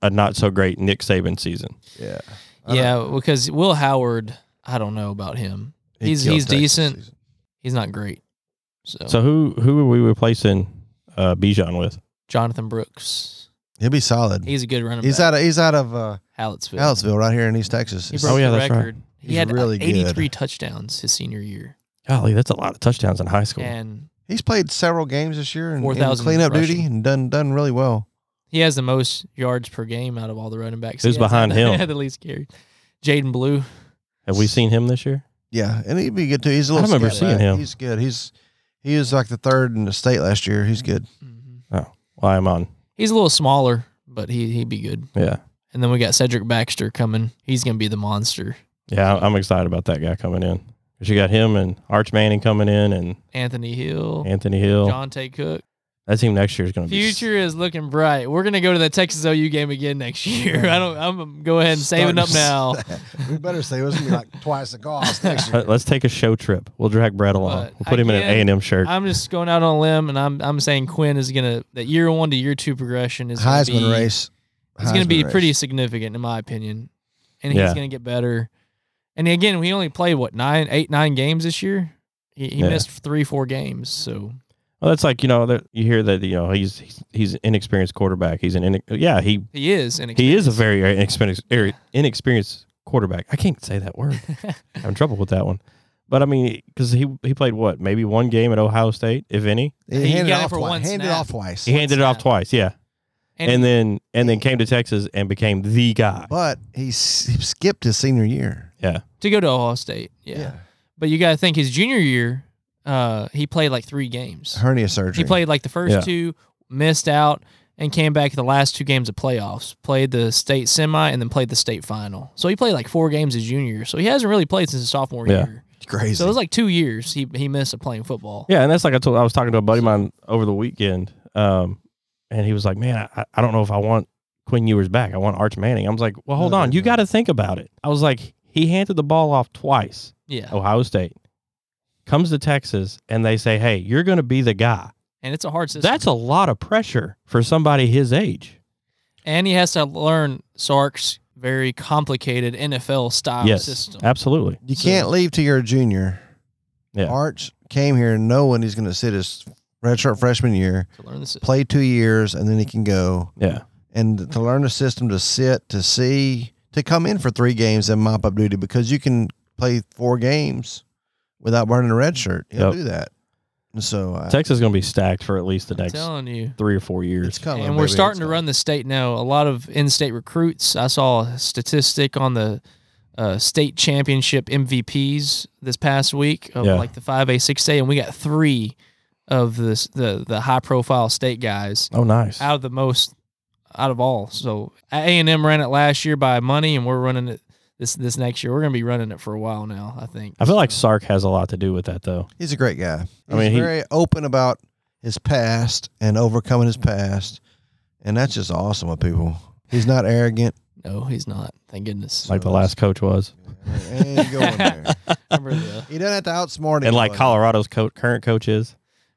Speaker 4: a not so great Nick Saban season.
Speaker 3: Yeah,
Speaker 2: Yeah, because Will Howard, I don't know about him. He's- he's decent. He's not great. So,
Speaker 4: So who who are we replacing uh, Bijan with?
Speaker 2: Jonathan Brooks,
Speaker 3: He'll be solid. He's,
Speaker 2: he's a good running back.
Speaker 3: out of he's out of uh,
Speaker 2: Hallettsville.
Speaker 3: Hallettsville right here in East Texas.
Speaker 2: He
Speaker 3: It's-
Speaker 2: broke
Speaker 4: Oh, yeah,
Speaker 2: the
Speaker 4: that's right.
Speaker 2: record. He
Speaker 3: He's
Speaker 2: had uh,
Speaker 3: really good.
Speaker 2: 83 touchdowns his senior year
Speaker 4: Golly, that's a lot of touchdowns in high school.
Speaker 2: and
Speaker 3: He's played several games this year and, and
Speaker 2: 4,000
Speaker 3: cleanup duty
Speaker 2: rushing.
Speaker 3: and done done really well.
Speaker 2: he has the most yards per game out of all the running backs.
Speaker 4: Who's
Speaker 2: He has-
Speaker 4: behind him?
Speaker 2: he had the least carried. Jaden Blue.
Speaker 4: Have we seen him this year?
Speaker 3: Yeah, and he'd be good too. He's a
Speaker 4: I
Speaker 3: little.
Speaker 4: remember
Speaker 3: scat
Speaker 4: seeing
Speaker 3: back.
Speaker 4: him.
Speaker 3: He's good. He's he was like the third in the state last year. He's good.
Speaker 4: Mm-hmm.
Speaker 2: Mhm.
Speaker 4: Why I'm on?
Speaker 2: He's a little smaller, but he he'd be good.
Speaker 4: Yeah,
Speaker 2: And then we got Cedric Baxter coming. He's gonna be the monster.
Speaker 4: yeah. I- I'm excited about that guy coming in. 'Cause you got him and Arch Manning coming in and
Speaker 2: Anthony Hill,
Speaker 4: Anthony Hill.
Speaker 2: John Tay Cook.
Speaker 4: That team next year is going to be s-
Speaker 2: Future is looking bright. We're gonna go to the Texas OU game again next year. I don't. I'm go ahead and saving up now.
Speaker 3: Starting to- we better save. It's gonna be like twice the cost next year.
Speaker 4: Let- Let's take a show trip. We'll drag Brad along.
Speaker 2: But
Speaker 4: we'll put him in an A
Speaker 2: again,
Speaker 4: and M shirt.
Speaker 2: I'm just going out on a limb, and I'm I'm saying Quinn is gonna that year one to year two progression is gonna
Speaker 3: Heisman
Speaker 2: be,
Speaker 3: race.
Speaker 2: It's going to
Speaker 3: Heisman
Speaker 2: be
Speaker 3: race.
Speaker 2: pretty significant in my opinion, and
Speaker 4: Yeah.
Speaker 2: he's going to get better. And again, we only played what nine, eight, nine games this year. He, he
Speaker 4: Yeah.
Speaker 2: missed three, four games. So
Speaker 4: Well, Oh, that's like you know that you hear that you know he's he's, he's an inexperienced quarterback. He's an inex yeah he
Speaker 2: he is, and
Speaker 4: he is a very inexperienced er, inexperienced quarterback. I can't say that word. I'm in trouble with that one. But I mean, because he he played what maybe one game at Ohio State, if any.
Speaker 3: He,
Speaker 2: He
Speaker 3: handed
Speaker 2: got it
Speaker 3: off
Speaker 2: for
Speaker 3: twi-
Speaker 2: one
Speaker 3: handed
Speaker 2: snap.
Speaker 3: off twice.
Speaker 4: He handed it off
Speaker 2: snap.
Speaker 4: twice, yeah, and,
Speaker 2: and, then
Speaker 4: then and then came to Texas and became the guy.
Speaker 3: But he, s- he skipped his senior year.
Speaker 4: Yeah,
Speaker 2: to go to Ohio State, yeah. But you got to think his junior year, uh, he played like three games.
Speaker 3: Hernia surgery.
Speaker 2: He played like the first
Speaker 4: Yeah.
Speaker 2: two, missed out, and came back the last two games of playoffs. Played the state semi and then played the state final. So he played like four games his junior year. So he hasn't really played since his sophomore
Speaker 4: Yeah.
Speaker 2: year.
Speaker 3: crazy.
Speaker 2: So it was like two years he he missed of playing football.
Speaker 4: yeah, and that's like I told I was talking to a buddy of mine over the weekend, um, and he was like, "Man, I, I don't know if I want Quinn Ewers back. I want Arch Manning." I was like, "Well, hold
Speaker 3: No,
Speaker 4: on,
Speaker 3: there's
Speaker 4: you
Speaker 3: no-
Speaker 4: got to think about it." I was like, "He handed the ball off twice."
Speaker 2: Yeah.
Speaker 4: Ohio State comes to Texas, and they say, "Hey, you're going to be the guy."
Speaker 2: And it's a hard system.
Speaker 4: That's a lot of pressure for somebody his age.
Speaker 2: and he has to learn Sark's very complicated NFL style
Speaker 4: yes,
Speaker 2: system.
Speaker 4: absolutely.
Speaker 3: you
Speaker 2: so-
Speaker 3: can't leave till you're a junior.
Speaker 4: Yeah.
Speaker 3: Arch came here knowing he's going to sit his redshirt freshman year,
Speaker 2: To learn the system.
Speaker 3: play two years, and then he can go.
Speaker 4: Yeah,
Speaker 3: And to learn the system to sit, to see, to come in for three games and mop up duty because you can play four games without burning a redshirt. He'll
Speaker 4: Yep.
Speaker 3: do that. And so I,
Speaker 4: Texas is going to be stacked for at least the
Speaker 2: I'm
Speaker 4: next
Speaker 2: telling you.
Speaker 4: three or four years.
Speaker 3: it's coming.
Speaker 2: and we're
Speaker 3: baby,
Speaker 2: starting
Speaker 3: it's
Speaker 2: to
Speaker 3: coming.
Speaker 2: run the state now. A lot of in-state recruits. I saw a statistic on the uh, state championship MVPs this past week of
Speaker 4: Yeah.
Speaker 2: like the five A, six A, and we got three of this the the high-profile state guys
Speaker 4: oh, nice.
Speaker 2: out of the most out of all. So A and M ran it last year by money, and we're running it this this next year. We're going to be running it for a while now. I think.
Speaker 4: I feel like Sark has a lot to do with that, though.
Speaker 3: He's a great guy. He's
Speaker 4: I mean, he-
Speaker 3: very open about his past and overcoming his past, and that's just awesome with people. He's not arrogant.
Speaker 2: no, he's not. Thank goodness.
Speaker 4: Like the last coach was,
Speaker 3: And go in there.
Speaker 2: Remember the uh,
Speaker 3: He doesn't have to outsmart
Speaker 4: and like
Speaker 3: anyone.
Speaker 4: Colorado's co- current coach is.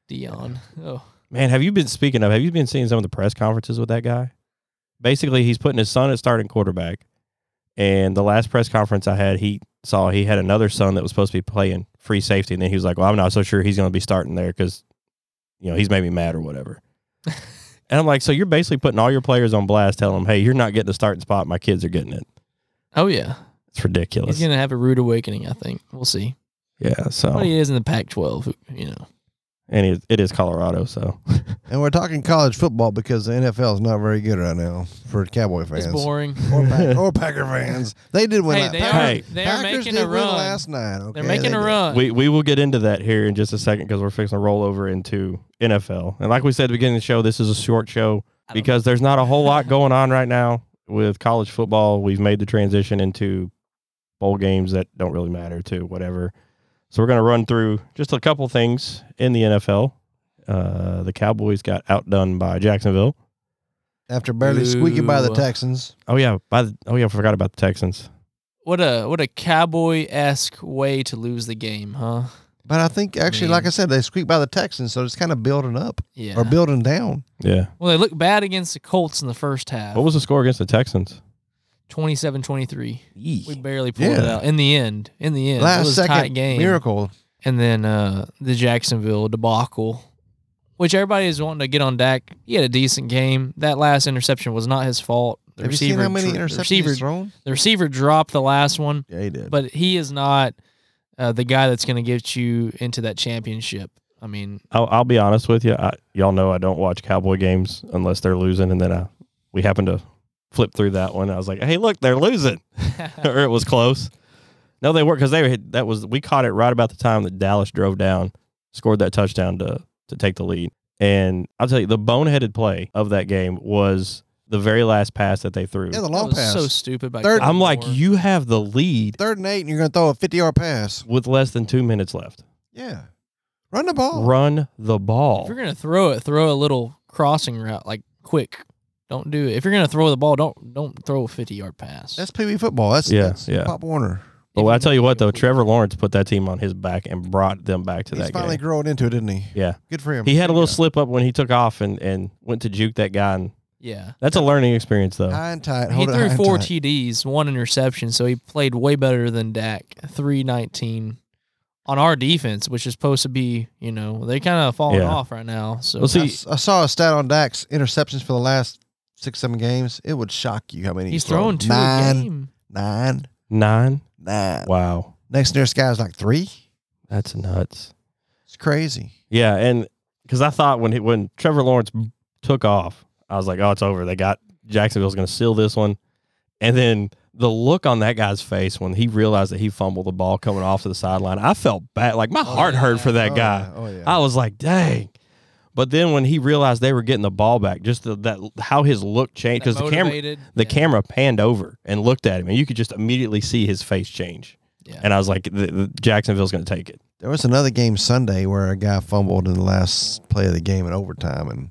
Speaker 2: Dion. Oh,
Speaker 4: Man, have you been speaking of? Have you been seeing some of the press conferences with that guy? Basically, he's putting his son at starting quarterback. And the last press conference I had, he saw he had another son that was supposed to be playing free safety, and then he was like, "Well, I'm not so sure he's going to be starting there because, you know, he's made me mad or whatever." and I'm like, "So you're basically putting all your players on blast, telling them, hey, you're not getting the starting spot. My kids are getting it.
Speaker 2: oh yeah.
Speaker 4: It's ridiculous."
Speaker 2: He's going to have a rude awakening. I think we'll see.
Speaker 4: yeah. So
Speaker 2: But he is in the Pac-12. You know.
Speaker 4: and it, it is Colorado, so
Speaker 3: And we're talking college football because the NFL is not very good right now for Cowboy fans
Speaker 2: It's boring.
Speaker 3: or, Pack- or Packer fans. They did win.
Speaker 2: Hey, they
Speaker 3: last- Packers,
Speaker 2: are
Speaker 4: Hey.
Speaker 2: they are
Speaker 3: Packers
Speaker 2: making
Speaker 3: did
Speaker 2: a
Speaker 3: win
Speaker 2: run.
Speaker 3: last night. Okay,
Speaker 2: They're making
Speaker 3: they
Speaker 2: a
Speaker 3: did.
Speaker 2: run.
Speaker 4: We, we will get into that here in just a second because we're fixing to roll over into NFL. And like we said at the beginning of the show, this is a short show
Speaker 2: I don't-
Speaker 4: because there's not a whole lot going on right now with college football. We've made the transition into bowl games that don't really matter to whatever. So we're going to run through just a couple things in the NFL. Uh, the Cowboys got outdone by Jacksonville.
Speaker 3: after barely squeaking by the
Speaker 2: Ooh.
Speaker 3: Texans.
Speaker 4: Oh yeah, by the, oh yeah, I forgot about the Texans.
Speaker 2: What a what a cowboy esque way to lose the game, huh?
Speaker 3: But I think actually,
Speaker 2: Man.
Speaker 3: like I said, they squeaked by the Texans, so it's kind of building up
Speaker 2: Yeah.
Speaker 3: or building down.
Speaker 4: Yeah.
Speaker 2: well, they looked bad against the Colts in the first half.
Speaker 4: What was the score against the Texans?
Speaker 2: 27-23. We barely pulled it
Speaker 3: Yeah.
Speaker 2: out in the end. In the end, it
Speaker 3: Last
Speaker 2: was a tight
Speaker 3: second
Speaker 2: game.
Speaker 3: miracle.
Speaker 2: and then uh, the Jacksonville debacle, which everybody is wanting to get on Dak. He had a decent game. That last interception was not his fault. The
Speaker 3: Have you seen how many
Speaker 2: dro- the
Speaker 3: interceptions
Speaker 2: receiver,
Speaker 3: he's thrown?
Speaker 2: the receiver dropped the last one,
Speaker 3: Yeah, he did.
Speaker 2: but he is not uh, the guy that's going to get you into that championship. I mean,
Speaker 4: I'll, I'll be honest with you. I, y'all know I don't watch Cowboy games unless they're losing, and then I we happened to flip through that one. I was like, "Hey, look, they're losing," or it was close. No, they weren't because they were, that was we caught it right about the time that Dallas drove down, scored that touchdown to to take the lead. And I'll tell you, the boneheaded play of that game was the very last pass that they threw.
Speaker 3: yeah, the
Speaker 2: that
Speaker 3: long
Speaker 2: was
Speaker 3: pass.
Speaker 2: so stupid. By
Speaker 3: Third-
Speaker 2: Kellen
Speaker 4: I'm like,
Speaker 2: Moore.
Speaker 4: you have the lead
Speaker 3: Third and eight, and you're going to throw a 50 yard pass.
Speaker 4: with less than two minutes left.
Speaker 3: Yeah. Run the ball.
Speaker 4: Run the ball.
Speaker 2: If you're gonna throw it, throw a little crossing route, like quick. Don't do it. If you're gonna throw the ball, don't don't throw a 50 yard pass.
Speaker 3: That's Pee Wee football. That's,
Speaker 4: Yeah,
Speaker 3: that's
Speaker 4: yeah.
Speaker 3: Pop Warner.
Speaker 4: But I tell you what, though, Trevor Lawrence put that team on his back and brought them back to
Speaker 3: He's
Speaker 4: that
Speaker 3: finally
Speaker 4: game.
Speaker 3: growing into it, didn't he?
Speaker 4: Yeah,
Speaker 3: Good for him.
Speaker 4: he had a little
Speaker 3: Yeah.
Speaker 4: slip up when he took off and, and went to juke that guy, and
Speaker 2: yeah.
Speaker 4: that's a learning experience, though.
Speaker 3: High and tight.
Speaker 2: He
Speaker 3: Hold it
Speaker 2: threw
Speaker 3: high and
Speaker 2: four
Speaker 3: tight.
Speaker 2: TDs, one interception, so he played way better than Dak. 319 on our defense, which is supposed to be, you know, they kind of falling
Speaker 4: Yeah.
Speaker 2: off right now. So
Speaker 4: Well, see,
Speaker 3: I, s- I saw a stat on Dak's interceptions for the last six, seven games. It would shock you how many
Speaker 2: he's throwing two a
Speaker 3: Nine,
Speaker 2: game.
Speaker 3: nine,
Speaker 4: Nine,
Speaker 3: nine.
Speaker 4: wow,
Speaker 3: Next nearest guy is like three.
Speaker 4: that's nuts.
Speaker 3: It's crazy.
Speaker 4: Yeah, and because I thought when he, when Trevor Lawrence took off, I was like, oh, it's over. They got Jacksonville's going to seal this one, and then the look on that guy's face when he realized that he fumbled the ball coming off to the sideline, I felt bad. Like my heart hurt for that
Speaker 3: Oh,
Speaker 4: guy.
Speaker 3: yeah. Oh yeah.
Speaker 4: I was like, dang. But then when he realized they were getting the ball back, just the, that how his look changed because the camera
Speaker 2: Motivated.
Speaker 4: the
Speaker 2: yeah.
Speaker 4: camera panned over and looked at him, and you could just immediately see his face change.
Speaker 2: Yeah.
Speaker 4: And I was like, the, the- Jacksonville's going to take it.
Speaker 3: there was another game Sunday where a guy fumbled in the last play of the game in overtime, and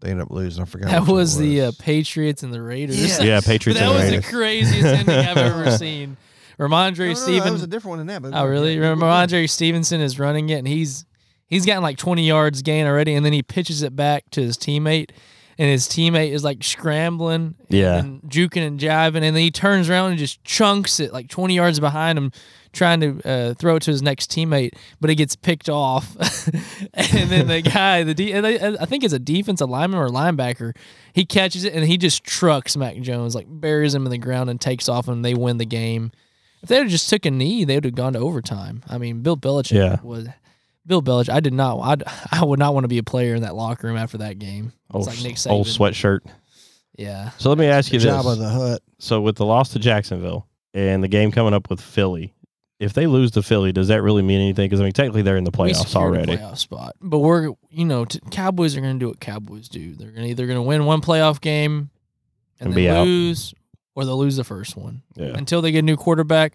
Speaker 3: they ended up losing. I forgot.
Speaker 2: That
Speaker 3: which one it
Speaker 2: was the uh, Patriots and the Raiders.
Speaker 3: Yes.
Speaker 4: Yeah, Patriots
Speaker 2: that
Speaker 4: and
Speaker 2: was the
Speaker 4: Raiders.
Speaker 2: craziest ending I've ever seen. Ramondre
Speaker 3: No, no, no, that was a
Speaker 2: Stevenson.
Speaker 3: different one than that. But
Speaker 2: Oh, really? Remember, Ramondre Stevenson is running it, and he's he's gotten like 20 yards gain already, and then he pitches it back to his teammate, and his teammate is like scrambling,
Speaker 4: Yeah.
Speaker 2: and juking and jiving, and then he turns around and just chunks it like 20 yards behind him, trying to uh, throw it to his next teammate, but it gets picked off, and then the guy, the de- and I I think it's a defensive lineman or linebacker, he catches it and he just trucks Mac Jones, like buries him in the ground and takes off, and they win the game. If they would have just took a knee, they would have gone to overtime. I mean, Bill Belichick
Speaker 4: Yeah.
Speaker 2: was Bill Belichick. I did not. I'd, I would not want to be a player in that locker room after that game.
Speaker 4: Old,
Speaker 2: It's like Nick
Speaker 4: old
Speaker 2: Saban.
Speaker 4: sweatshirt.
Speaker 2: Yeah,
Speaker 4: So let me ask you
Speaker 3: Job of
Speaker 4: this:
Speaker 3: the Hut.
Speaker 4: So with the loss to Jacksonville and the game coming up with Philly, if they lose to Philly, does that really mean anything? Because I mean, technically they're in the
Speaker 2: we
Speaker 4: playoffs
Speaker 2: secured
Speaker 4: already.
Speaker 2: A playoff spot, but we're you know t- Cowboys are going to do what Cowboys do. They're going to either going to win one playoff game and,
Speaker 4: And
Speaker 2: then
Speaker 4: be out.
Speaker 2: lose, or they'll lose the first one.
Speaker 4: Yeah.
Speaker 2: Until they get a new quarterback,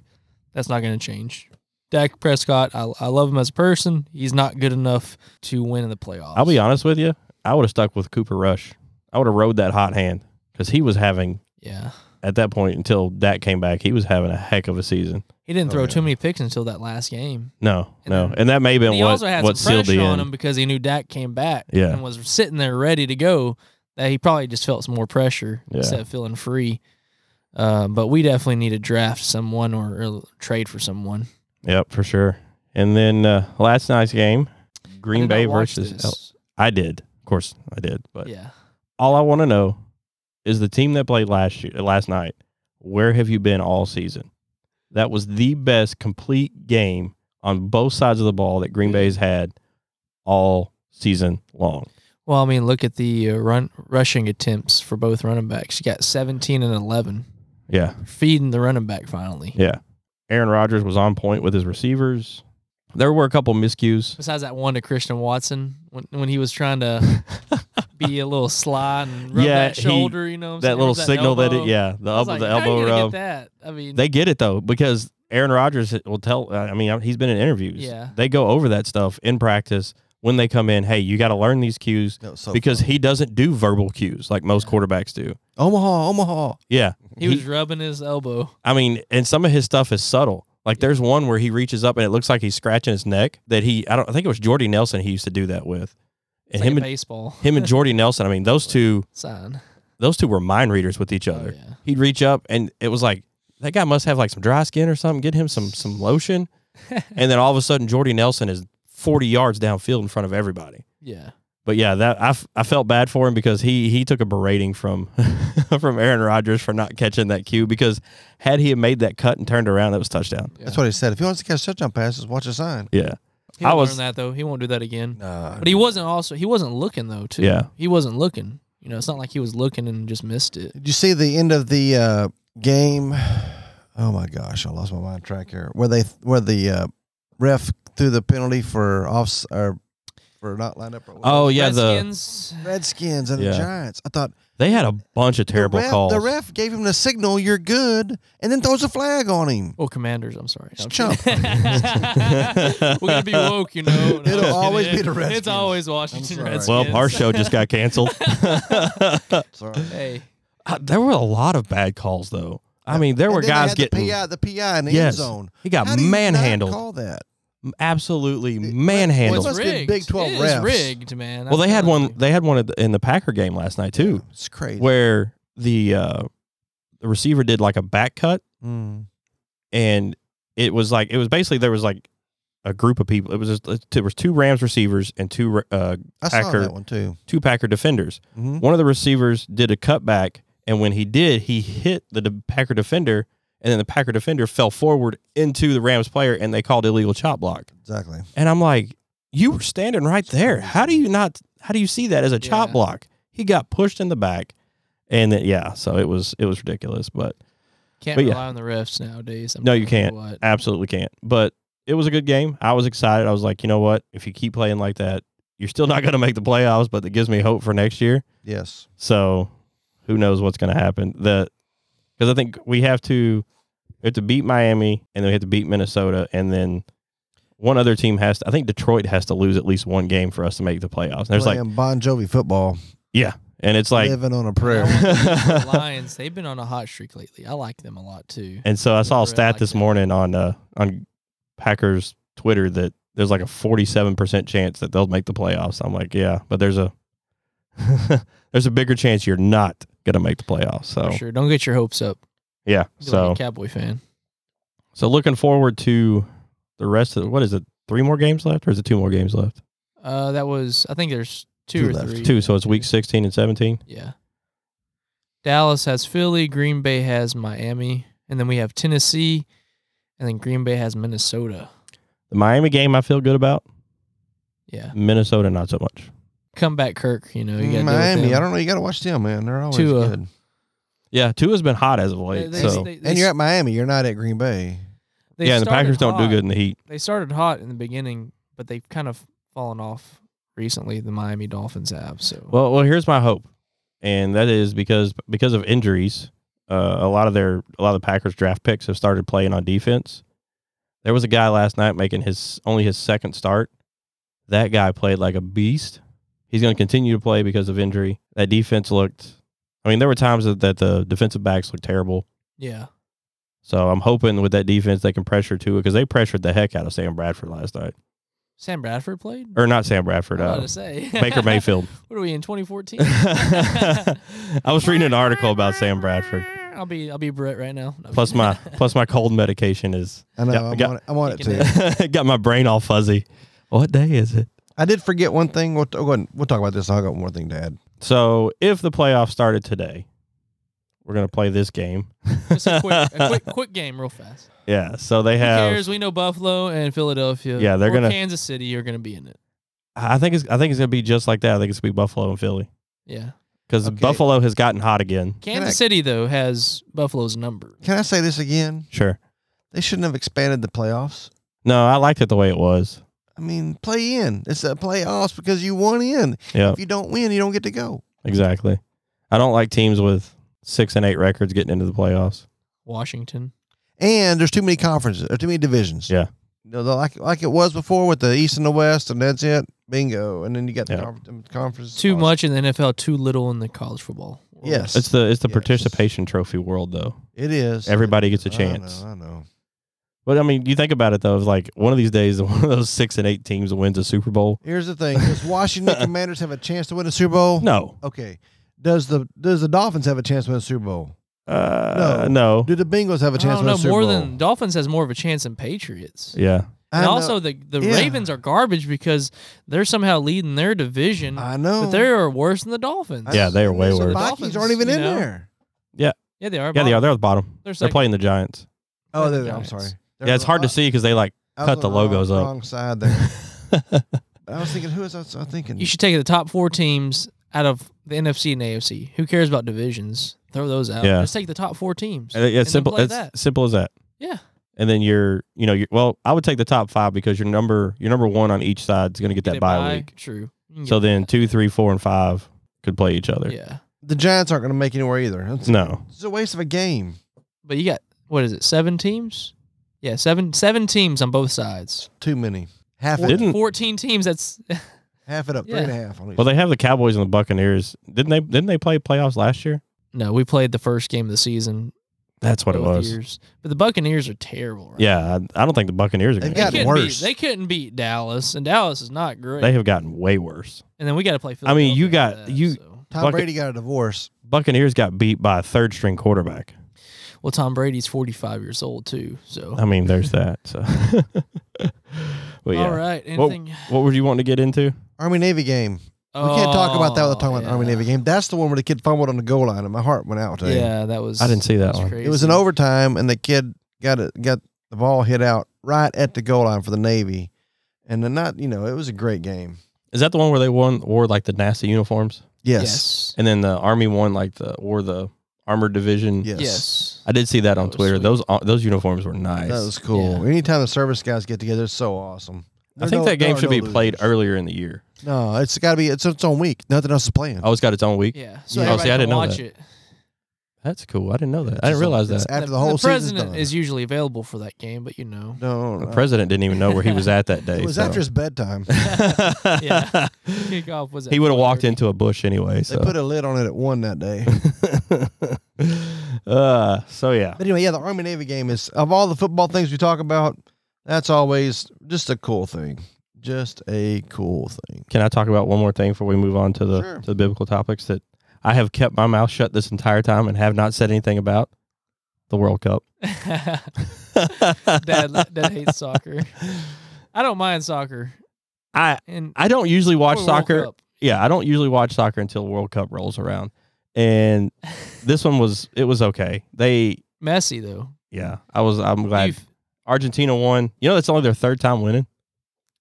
Speaker 2: that's not going to change. Dak Prescott, I, I love him as a person. He's not good enough to win in the playoffs.
Speaker 4: I'll be honest with you. I would have stuck with Cooper Rush. I would have rode that hot hand because he was having
Speaker 2: Yeah.
Speaker 4: at that point until Dak came back. He was having a heck of a season.
Speaker 2: He didn't
Speaker 3: Oh,
Speaker 2: throw
Speaker 3: yeah.
Speaker 2: too many picks until that last game.
Speaker 4: No,
Speaker 2: And
Speaker 4: no,
Speaker 2: then-
Speaker 4: and that may have
Speaker 2: And
Speaker 4: been
Speaker 2: he
Speaker 4: what
Speaker 2: also had
Speaker 4: what
Speaker 2: some
Speaker 4: sealed the
Speaker 2: pressure on
Speaker 4: end.
Speaker 2: him because he knew Dak came back
Speaker 4: Yeah.
Speaker 2: and was sitting there ready to go. That he probably just felt some more pressure
Speaker 4: Yeah.
Speaker 2: instead of feeling free. Uh, but we definitely need to draft someone or, or trade for someone.
Speaker 4: Yep, for sure. And then uh, last night's game,
Speaker 2: I
Speaker 4: Green
Speaker 2: did not
Speaker 4: Bay
Speaker 2: watch
Speaker 4: versus. L-
Speaker 2: this.
Speaker 4: I did, of course, I did. But
Speaker 2: yeah.
Speaker 4: all I want to know is the team that played last year, last night. Where have you been all season? That was the best complete game on both sides of the ball that Green Bay's had all season long.
Speaker 2: Well, I mean, look at the uh, run rushing attempts for both running backs. You got 17 and 11.
Speaker 4: Yeah.
Speaker 2: Feeding the running back finally.
Speaker 4: Yeah. Aaron Rodgers was on point with his receivers. There were a couple miscues.
Speaker 2: Besides that one to Christian Watson when, when he was trying to be a little sly and rub
Speaker 4: Yeah,
Speaker 2: that
Speaker 4: he-
Speaker 2: shoulder, you know what I'm
Speaker 4: That
Speaker 2: saying?
Speaker 4: little
Speaker 2: Rub
Speaker 4: signal that it,
Speaker 2: elbow.
Speaker 4: yeah, the
Speaker 2: I was
Speaker 4: elbow,
Speaker 2: like,
Speaker 4: the
Speaker 2: how you
Speaker 4: elbow
Speaker 2: gonna get
Speaker 4: rub.
Speaker 2: that? I mean,
Speaker 4: They get it though because Aaron Rodgers will tell. I mean, he's been in interviews.
Speaker 2: Yeah.
Speaker 4: They go over that stuff in practice when they come in. Hey, you got to learn these cues
Speaker 3: That was so
Speaker 4: because
Speaker 3: fun.
Speaker 4: he doesn't do verbal cues like most quarterbacks do.
Speaker 3: Omaha, Omaha.
Speaker 4: Yeah.
Speaker 2: he was rubbing his elbow.
Speaker 4: I mean, and some of his stuff is subtle. Like there's one where he reaches up and it looks like he's scratching his neck. That he, I don't, I think it was Jordy Nelson he used to do that with,
Speaker 2: It's
Speaker 4: and
Speaker 2: like
Speaker 4: him
Speaker 2: a
Speaker 4: and
Speaker 2: baseball
Speaker 4: him and Jordy Nelson. I mean, those two,
Speaker 2: sign.
Speaker 4: those two were mind readers with each
Speaker 2: Oh,
Speaker 4: other.
Speaker 2: yeah.
Speaker 4: He'd reach up and it was like that guy must have like some dry skin or something. Get him some some lotion, and then all of a sudden Jordy Nelson is 40 yards downfield in front of everybody.
Speaker 2: Yeah.
Speaker 4: But yeah, that I, f- I felt bad for him because he he took a berating from from Aaron Rodgers for not catching that cue because had he had made that cut and turned around, that was touchdown.
Speaker 3: That's what he said. If you want to catch touchdown passes, watch a sign.
Speaker 4: Yeah.
Speaker 2: He
Speaker 4: I
Speaker 2: I
Speaker 4: was-
Speaker 2: was that though. He won't do that again.
Speaker 3: Nah.
Speaker 2: But he wasn't also he wasn't looking though too.
Speaker 4: Yeah.
Speaker 2: He wasn't looking. You know, it's not like he was looking and just missed it.
Speaker 3: Did you see the end of the uh, game? Oh my gosh, I lost my mind track here. Where they where the uh, ref threw the penalty for off or for not lined up. Or whatever.
Speaker 4: Oh yeah, the
Speaker 2: Redskins.
Speaker 3: Redskins and
Speaker 4: Yeah.
Speaker 3: the Giants. I thought
Speaker 4: they had a bunch of terrible
Speaker 3: the ref,
Speaker 4: calls.
Speaker 3: The ref gave him the signal, "You're good," and then throws a flag on him.
Speaker 2: Oh, Commanders. I'm sorry. No, I'm
Speaker 3: Chump.
Speaker 2: kidding. We're gonna be woke, you know. No, I'm
Speaker 3: It'll
Speaker 2: just
Speaker 3: always
Speaker 2: kidding.
Speaker 3: be the Redskins.
Speaker 2: It's always Washington
Speaker 3: I'm sorry.
Speaker 2: Redskins.
Speaker 4: well, our show just got canceled.
Speaker 3: Sorry.
Speaker 2: hey,
Speaker 4: Uh, there were a lot of bad calls though. I mean, there
Speaker 3: And
Speaker 4: were
Speaker 3: then they
Speaker 4: guys
Speaker 3: had the
Speaker 4: getting
Speaker 3: PI, the PI in the
Speaker 4: Yes.
Speaker 3: end zone.
Speaker 4: he got
Speaker 3: How do you not
Speaker 4: manhandled,
Speaker 3: Call that.
Speaker 4: absolutely
Speaker 3: Well,
Speaker 4: manhandled.
Speaker 3: it's
Speaker 2: it's
Speaker 3: must be
Speaker 2: rigged.
Speaker 3: Big 12
Speaker 2: It is
Speaker 3: refs.
Speaker 2: rigged, man.
Speaker 4: Well,
Speaker 2: I'm
Speaker 4: they had
Speaker 2: telling
Speaker 4: one.
Speaker 2: you.
Speaker 4: They had one at the- in the Packer game last night too,
Speaker 3: It's crazy.
Speaker 4: where the uh, the receiver did like a back cut,
Speaker 3: Mm.
Speaker 4: and it was like it was basically there was like a group of people. It was just, uh, there was two Rams receivers and two uh,
Speaker 3: I saw
Speaker 4: Packer-
Speaker 3: that one too.
Speaker 4: two Packer defenders.
Speaker 3: Mhm.
Speaker 4: One of the receivers did a cutback, and when he did, he hit the de- Packer defender, and then the Packer defender fell forward into the Rams player, and they called illegal chop block.
Speaker 3: Exactly.
Speaker 4: And I'm like, you were standing right there. How do you not? How do you see that as a chop
Speaker 2: Yeah.
Speaker 4: block? He got pushed in the back, and then yeah, so it was it was ridiculous, but
Speaker 2: Can't
Speaker 4: but yeah.
Speaker 2: rely on the refs nowadays. I'm
Speaker 4: No, you
Speaker 2: telling
Speaker 4: can't.
Speaker 2: what.
Speaker 4: absolutely can't. But it was a good game. I was excited. I was like, you know what? If you keep playing like that, you're still not going to make the playoffs, but it gives me hope for next year.
Speaker 3: Yes.
Speaker 4: So who knows what's going to happen? The because I think we have to we have to beat Miami and then we have to beat Minnesota and then one other team has to. I think Detroit has to lose at least one game for us to make the playoffs. And there's like
Speaker 3: Playing Bon Jovi football,
Speaker 4: and it's like
Speaker 3: living on a
Speaker 2: I
Speaker 3: prayer.
Speaker 2: want to leave the Lions. They've been on a hot streak lately. I like them a lot too.
Speaker 4: and so I saw a
Speaker 2: Really
Speaker 4: stat
Speaker 2: like
Speaker 4: this
Speaker 2: that.
Speaker 4: morning on uh on Packers Twitter that there's like a 47 percent chance that they'll make the playoffs. I'm like, yeah, but there's a there's a bigger chance you're not gonna make the playoffs. So
Speaker 2: For sure. Don't get your hopes up.
Speaker 4: yeah,
Speaker 2: Be
Speaker 4: so
Speaker 2: like a Cowboy fan.
Speaker 4: So looking forward to the rest of what is it? Three more games left, or is it two more games left?
Speaker 2: Uh, that was I think there's two,
Speaker 3: Two
Speaker 2: or
Speaker 3: left.
Speaker 2: three.
Speaker 4: Two. So it's week sixteen and seventeen.
Speaker 2: Yeah. Dallas has Philly. Green Bay has Miami, and then we have Tennessee, and then Green Bay has Minnesota.
Speaker 4: The Miami game I feel good about.
Speaker 2: Yeah.
Speaker 4: Minnesota not so much.
Speaker 2: Come back, Kirk. You know you got
Speaker 3: Mm, Miami. I don't know. You got to watch them, man. They're always
Speaker 2: Tua.
Speaker 3: good.
Speaker 4: Yeah, Tua's been hot as of late. so
Speaker 3: And you're at Miami. You're not at Green Bay.
Speaker 4: yeah, and the Packers don't do good in the heat.
Speaker 2: They started hot in the beginning, but they've kind of fallen off recently. The Miami Dolphins have. So
Speaker 4: Well, well, here's my hope, and that is because because of injuries, uh, a lot of their a lot of the Packers draft picks have started playing on defense. There was a guy last night making his only his second start. That guy played like a beast. He's going to continue to play because of injury. That defense looked. I mean, there were times that, that the defensive backs looked terrible.
Speaker 2: yeah,
Speaker 4: So I'm hoping with that defense they can pressure too because they pressured the heck out of Sam Bradford last night,
Speaker 2: Sam Bradford played.
Speaker 4: or not Sam
Speaker 2: I was
Speaker 4: Bradford,
Speaker 2: about
Speaker 4: uh,
Speaker 2: to say
Speaker 4: Baker Mayfield.
Speaker 2: What are we in 2014?
Speaker 4: I was reading an article about Sam Bradford.
Speaker 2: I'll be I'll be Brett right now. No,
Speaker 4: Plus my plus my cold medication is
Speaker 3: I know.
Speaker 4: Got-
Speaker 3: I'm,
Speaker 4: got-
Speaker 3: on it, I'm on it
Speaker 2: Taking
Speaker 3: too.
Speaker 2: it.
Speaker 4: got my brain all fuzzy. What day is it?
Speaker 3: I did forget one thing. We'll, oh, go ahead. we'll talk about this. I got one more thing to add.
Speaker 4: So if the playoffs started today, we're gonna play this game.
Speaker 2: just a quick, a quick quick game real fast.
Speaker 4: Yeah. So they
Speaker 2: Who
Speaker 4: have.
Speaker 2: cares? We know Buffalo and Philadelphia.
Speaker 4: Yeah, they're
Speaker 2: or
Speaker 4: gonna-
Speaker 2: Kansas City are gonna be in it.
Speaker 4: I think it's I think it's gonna be just like that. I think it's gonna be Buffalo and Philly
Speaker 2: Yeah.
Speaker 4: because
Speaker 3: Okay.
Speaker 4: Buffalo has gotten hot again.
Speaker 2: Kansas
Speaker 3: I-
Speaker 2: City though has Buffalo's number.
Speaker 3: Can I say this again?
Speaker 4: Sure.
Speaker 3: They shouldn't have expanded the playoffs.
Speaker 4: No, I liked it the way it was.
Speaker 3: I mean, play in. It's a playoffs because you won in.
Speaker 4: Yeah,
Speaker 3: If you don't win, you don't get to go.
Speaker 4: exactly. I don't like teams with six and eight records getting into the playoffs.
Speaker 2: Washington.
Speaker 3: And there's too many conferences or too many divisions.
Speaker 4: Yeah.
Speaker 3: You know, the- like like it was before with the East and the West, and that's it. Bingo. And then you got the
Speaker 4: Yeah.
Speaker 3: conference. conference
Speaker 2: Too much in the NFL, too little in the college football. world.
Speaker 3: Yes.
Speaker 4: It's the it's the
Speaker 3: Yes.
Speaker 4: participation trophy world though.
Speaker 3: It is.
Speaker 4: Everybody gets a
Speaker 3: I know,
Speaker 4: chance.
Speaker 3: I know.
Speaker 4: But I mean, you think about it though, it's like one of these days, one of those six and eight teams wins a Super Bowl.
Speaker 3: Here's the thing: Does Washington Commanders have a chance to win a Super Bowl?
Speaker 4: No,
Speaker 3: Okay. Does the Does the Dolphins have a chance to win a Super Bowl?
Speaker 4: uh, no,
Speaker 3: Do the Bengals have
Speaker 2: I
Speaker 3: a
Speaker 2: don't
Speaker 3: chance to win
Speaker 2: know.
Speaker 3: a Super
Speaker 2: More
Speaker 3: Bowl?
Speaker 2: than Dolphins has more of a chance than Patriots.
Speaker 4: yeah,
Speaker 3: I
Speaker 2: And
Speaker 3: know-
Speaker 2: also the the
Speaker 3: Yeah.
Speaker 2: Ravens are garbage because they're somehow leading their division,
Speaker 3: I know.
Speaker 2: but they are worse than the Dolphins.
Speaker 3: I-
Speaker 4: Yeah, they are way
Speaker 3: so The
Speaker 4: worse.
Speaker 3: Vikings aren't even
Speaker 2: You
Speaker 3: in
Speaker 2: know?
Speaker 3: there.
Speaker 2: yeah, they are.
Speaker 4: yeah, they are.
Speaker 2: bottom.
Speaker 4: They're at the bottom.
Speaker 2: They're
Speaker 4: They're
Speaker 2: second.
Speaker 4: playing the Giants.
Speaker 3: Oh,
Speaker 2: the
Speaker 3: they're, I'm
Speaker 2: Giants.
Speaker 3: sorry.
Speaker 4: yeah, it's hard to
Speaker 3: They're-
Speaker 4: see because they like.
Speaker 3: I was
Speaker 4: cut
Speaker 3: on
Speaker 4: the logos
Speaker 3: wrong,
Speaker 4: up.
Speaker 3: Wrong side there. But I was thinking, who is I was thinking?
Speaker 2: You should take the top four teams out of the NFC and AFC. Who cares about divisions? Throw those out.
Speaker 4: Yeah.
Speaker 2: Just take the top four teams.
Speaker 4: Uh, yeah,
Speaker 2: and
Speaker 4: it's
Speaker 2: then
Speaker 4: simple.
Speaker 2: play
Speaker 4: It's
Speaker 2: that.
Speaker 4: simple as that.
Speaker 2: Yeah.
Speaker 4: And then you're, you know, you're, well, I would take the top five because your number, your number one on each side is going to get
Speaker 2: Get
Speaker 4: that
Speaker 2: a
Speaker 4: bye,
Speaker 2: bye.
Speaker 4: week.
Speaker 2: True. You can
Speaker 4: So
Speaker 2: get
Speaker 4: then
Speaker 2: that.
Speaker 4: two, three, four, and five could play each other.
Speaker 2: Yeah.
Speaker 3: the Giants aren't going to make anywhere either. It's,
Speaker 4: No,
Speaker 3: it's a waste of a game.
Speaker 2: But you got what is it? Seven teams? Yeah, seven seven teams on both sides.
Speaker 3: Too many. Half it,
Speaker 4: Didn't-
Speaker 2: Fourteen teams. That's
Speaker 3: half it up.
Speaker 2: Yeah.
Speaker 3: Three and a half. On each.
Speaker 4: well, they have the Cowboys and the Buccaneers. Didn't they? Didn't they play playoffs last year?
Speaker 2: no. We played the first game of the season.
Speaker 4: That's what it
Speaker 2: both
Speaker 4: was.
Speaker 2: Years. But the Buccaneers are terrible. Right?
Speaker 4: Yeah, I, I don't think the Buccaneers are.
Speaker 3: They've
Speaker 4: Gonna
Speaker 2: They
Speaker 3: gotten
Speaker 2: couldn't,
Speaker 4: get-
Speaker 3: worse.
Speaker 2: Beat, they couldn't beat Dallas, and Dallas is not great.
Speaker 4: They have gotten way worse.
Speaker 2: and then we got to play.
Speaker 4: I mean, you
Speaker 2: Philadelphia
Speaker 4: got-
Speaker 2: after that,
Speaker 4: you-
Speaker 2: so.
Speaker 3: Tom
Speaker 4: Bucket-
Speaker 3: Brady got a divorce.
Speaker 4: Buccaneers got beat by a third string quarterback.
Speaker 2: Well, Tom Brady's forty-five years old too. So
Speaker 4: I mean, there's that. So, but Oh, yeah,
Speaker 2: all right.
Speaker 4: Well-
Speaker 2: Anything?
Speaker 4: what were you wanting to get into?
Speaker 3: Army Navy game. We can't talk about that without talking about Army
Speaker 2: yeah.
Speaker 3: Navy game. That's the one where the kid fumbled on the goal line, and my heart went out. To him.
Speaker 2: Yeah, that was.
Speaker 4: I didn't see that
Speaker 2: was
Speaker 4: one.
Speaker 3: It was an
Speaker 2: crazy.
Speaker 3: overtime, and the kid got it, got the ball hit out right at the goal line for the Navy, and then not you know it was a great game.
Speaker 4: Is that the one where they won wore like the NASA uniforms,
Speaker 3: Yes,
Speaker 2: Yes.
Speaker 4: and then the Army won like the or the Armored Division?
Speaker 3: yes,
Speaker 2: Yes.
Speaker 4: I did see that on
Speaker 2: That was
Speaker 4: Twitter.
Speaker 2: sweet.
Speaker 4: Those uh, those uniforms were nice.
Speaker 3: that was cool. Anytime the service guys get together, it's so awesome.
Speaker 4: I
Speaker 3: There
Speaker 4: think
Speaker 3: no-
Speaker 4: that game
Speaker 3: there are
Speaker 4: should
Speaker 3: no
Speaker 4: be played
Speaker 3: losers.
Speaker 4: earlier in the year.
Speaker 3: No, it's got to be it's its own week. Nothing else is playing.
Speaker 4: Oh, it's got its own week.
Speaker 2: Yeah. So
Speaker 3: Yeah.
Speaker 2: everybody
Speaker 3: Oh, see,
Speaker 4: I
Speaker 2: can
Speaker 4: didn't know
Speaker 2: watch
Speaker 4: that.
Speaker 2: it.
Speaker 4: That's cool. I didn't know that.
Speaker 3: It's
Speaker 4: I
Speaker 3: just
Speaker 4: didn't realize
Speaker 3: on- it's
Speaker 4: that.
Speaker 3: after the, whole season
Speaker 2: president
Speaker 3: done.
Speaker 2: is usually available for that game, but you know.
Speaker 3: no,
Speaker 4: The
Speaker 3: no.
Speaker 4: president didn't even know where he was at that day.
Speaker 3: It was
Speaker 4: so.
Speaker 3: after his bedtime.
Speaker 2: Yeah. Kickoff was. At
Speaker 4: he would have walked
Speaker 2: 4:30.
Speaker 4: into a bush anyway.
Speaker 3: They
Speaker 4: So.
Speaker 3: put a lid on it at one that day.
Speaker 4: uh, so yeah,
Speaker 3: But anyway, yeah, the Army Navy game is of all the football things we talk about, that's always just a cool thing. Just a cool thing.
Speaker 4: can I talk about one more thing before we move on to the
Speaker 3: Sure.
Speaker 4: to the biblical topics that I have kept my mouth shut this entire time and have not said anything about the World Cup.
Speaker 2: dad, dad hates soccer. I don't mind soccer.
Speaker 4: I
Speaker 2: And
Speaker 4: I don't usually watch
Speaker 2: Or World
Speaker 4: soccer.
Speaker 2: Cup.
Speaker 4: Yeah, I don't usually watch soccer until World Cup rolls around, and this one was it was okay. They
Speaker 2: Messy though.
Speaker 4: yeah, I was I'm glad
Speaker 2: You've-
Speaker 4: Argentina won. You know that's only their third time winning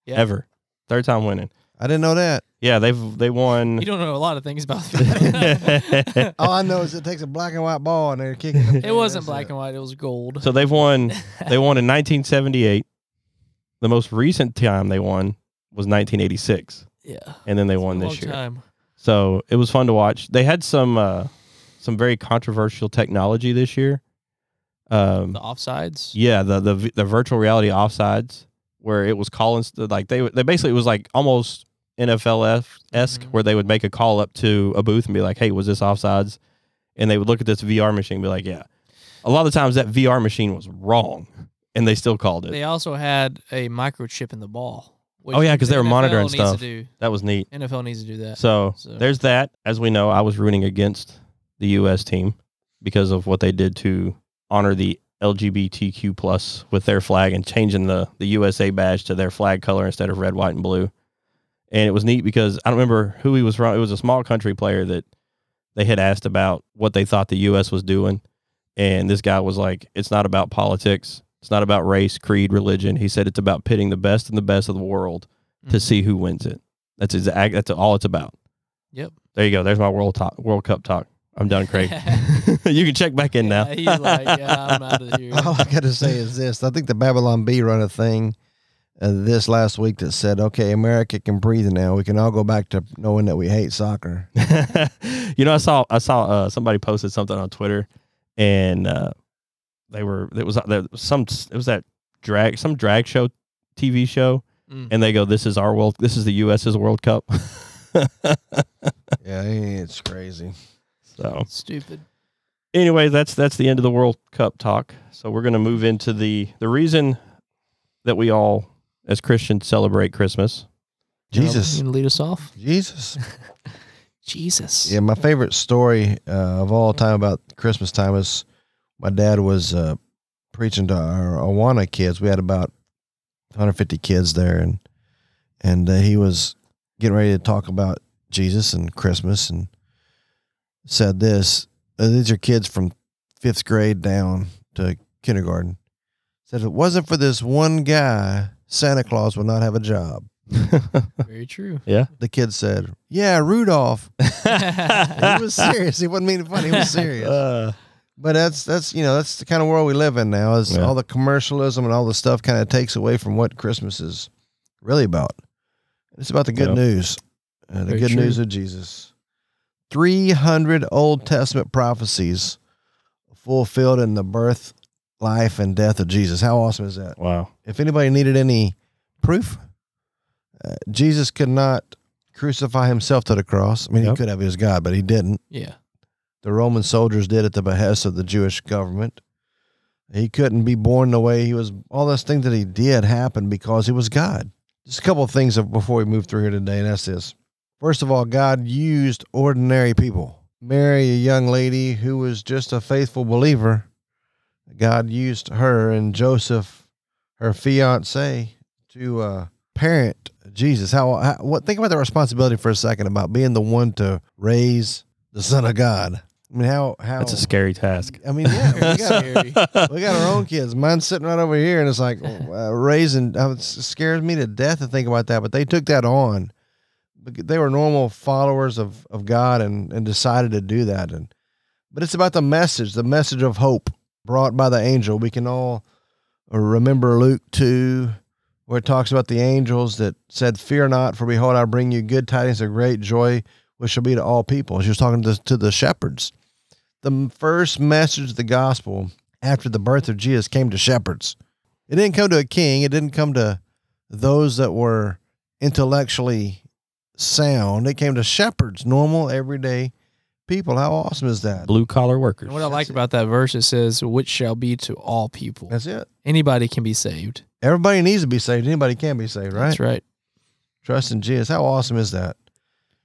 Speaker 2: Yeah.
Speaker 4: ever. Third time winning.
Speaker 3: I didn't know that.
Speaker 4: Yeah, they've they won.
Speaker 2: You don't know a lot of things about. it
Speaker 3: All I know is it takes a black and white ball and they're kicking. it.
Speaker 2: It wasn't black and white. It was gold.
Speaker 4: So they've won. They won in 1978. The most recent time they won was 1986,
Speaker 2: yeah.
Speaker 4: and then they won
Speaker 2: Long
Speaker 4: this year.
Speaker 2: Time.
Speaker 4: So it was fun to watch. They had some uh, some very controversial technology this year. Um,
Speaker 2: The offsides.
Speaker 4: yeah, the the vi- the virtual reality offsides where it was calling st- like they they basically it was like almost NFL esque
Speaker 2: Mhm.
Speaker 4: where they would make a call up to a booth and be like, "Hey, was this offsides?" And they would look at this VR machine and be like, "Yeah." A lot of the times that VR machine was wrong, and they still called it.
Speaker 2: They also had a microchip in the ball. which
Speaker 4: Oh, yeah, 'cause
Speaker 2: the
Speaker 4: they were
Speaker 2: NFL
Speaker 4: monitoring
Speaker 2: needs
Speaker 4: stuff.
Speaker 2: To do.
Speaker 4: That was neat.
Speaker 2: NFL needs to do that.
Speaker 4: So,
Speaker 2: So-
Speaker 4: there's that. As we know, I was rooting against the U.S. team because of what they did to honor the LGBTQ plus with their flag and changing the the USA badge to their flag color instead of red, white, and blue. And it was neat because I don't remember who he was from. It was a small country player that they had asked about what they thought the U.S. was doing, and this guy was like, "It's not about politics. It's not about race, creed, religion." He said, "It's about pitting the best and the best of the world to
Speaker 2: Mhm.
Speaker 4: see who wins it." That's exact. That's all it's about.
Speaker 2: Yep.
Speaker 4: There you go. There's my world talk, World Cup talk. I'm done, Craig. you can check back in now. Oh.
Speaker 2: Yeah, Mm-hmm. he's like, yeah, I'm out of here.
Speaker 3: All I got to say is this: I think the Babylon Bee run a thing uh, this last week that said, "Okay, America can breathe now. We can all go back to knowing that we hate soccer."
Speaker 4: you know, I saw I saw uh, somebody posted something on Twitter, and uh, they were it was uh, there was some it was that drag some drag show TV show,
Speaker 2: Mm.
Speaker 4: and they go, "This is our world. This is the U.S.'s World Cup."
Speaker 3: yeah, it's crazy.
Speaker 4: so,
Speaker 2: Stupid.
Speaker 4: anyway, that's that's the end of the World Cup talk. So we're gonna move into the the reason that we all as Christians celebrate Christmas.
Speaker 3: Jesus,
Speaker 2: You gonna lead us off?
Speaker 3: Jesus.
Speaker 2: Jesus.
Speaker 3: Yeah, my favorite story uh, of all time about Christmas time is my dad was uh, preaching to our Awana kids. We had about 150 kids there, and and uh, he was getting ready to talk about Jesus and Christmas, and said this: uh, "These are kids from fifth grade down to kindergarten." Said if it wasn't for this one guy, Santa Claus would not have a job.
Speaker 2: Very true.
Speaker 3: The kid said, "Yeah, Rudolph." he
Speaker 2: That's
Speaker 3: was serious. He wasn't meaning fun. He was serious.
Speaker 4: Uh,
Speaker 3: But that's that's you know that's the kind of world we live in now. Is
Speaker 4: Yeah.
Speaker 3: all the commercialism and all the stuff kind of takes away from what Christmas is really about. It's about the good
Speaker 4: Yeah.
Speaker 3: news, uh, the
Speaker 2: Very
Speaker 3: good
Speaker 2: true.
Speaker 3: news of Jesus. Three hundred Old Testament prophecies fulfilled in the birth, life, and death of Jesus. How awesome is that?
Speaker 4: wow.
Speaker 3: If anybody needed any proof, uh, Jesus could not crucify himself to the cross. I mean,
Speaker 4: Yep.
Speaker 3: he could have. He was God, but he didn't
Speaker 2: yeah.
Speaker 3: the Roman soldiers did at the behest of the Jewish government. He couldn't be born the way he was. All those things that he did happened because he was God. Just a couple of things of- before we move through here today, and that's this. First of all, God used ordinary people. Mary, a young lady who was just a faithful believer, God used her and Joseph, her fiance, to uh, parent Jesus. How, how what? Think about the responsibility for a second about being the one to raise the Son of God. I mean, how how
Speaker 4: That's a scary task.
Speaker 3: I mean, yeah, we got,
Speaker 2: Scary.
Speaker 3: we got our own kids. Mine's sitting right over here, and it's like uh, raising. Uh, it scares me to death to think about that. But they took that on. Bec- They were normal followers of of God and and decided to do that. And but it's about the message, the message of hope brought by the angel. We can all remember Luke two, where it talks about the angels that said, "Fear not, for behold, I bring you good tidings of great joy, which shall be to all people." She was talking to, to the shepherds. The m- first message of the gospel after the birth of Jesus came to shepherds. It didn't come to a king. It didn't come to those that were intellectually sound. It came to shepherds, normal, everyday people. How awesome is that?
Speaker 4: Blue collar workers.
Speaker 2: And what I like about that verse, it says, which shall be to all people.
Speaker 3: That's it.
Speaker 2: Anybody can be saved.
Speaker 3: Everybody needs to be saved. Anybody can be saved, right?
Speaker 2: That's right.
Speaker 3: Trust in Jesus. How awesome is that?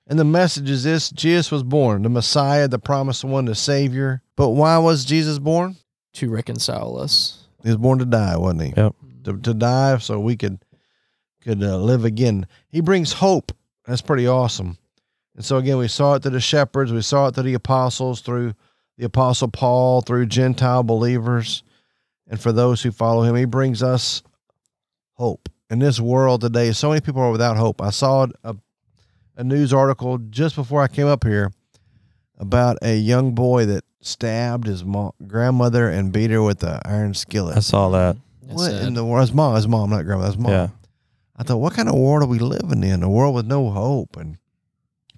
Speaker 3: And the message is this Jesus was born, the Messiah, the promised one, the Savior. But why was Jesus born?
Speaker 2: To reconcile us.
Speaker 3: He was born to die, wasn't he?
Speaker 4: Yep.
Speaker 3: To, to die so we could could uh, live again. He brings hope. That's pretty awesome. And so again, we saw it through the shepherds, we saw it through the apostles, through the apostle Paul, through Gentile believers, and for those who follow him, he brings us hope. In this world today, so many people are without hope. I saw a, a news article just before I came up here about a young boy that stabbed his mo- grandmother and beat her with an iron skillet.
Speaker 4: I saw that.
Speaker 2: That's
Speaker 3: What
Speaker 2: sad.
Speaker 3: in the world? His mom, his mom, not grandma. His mom.
Speaker 4: Yeah.
Speaker 3: I thought, what kind of world are we living in? A world with no hope and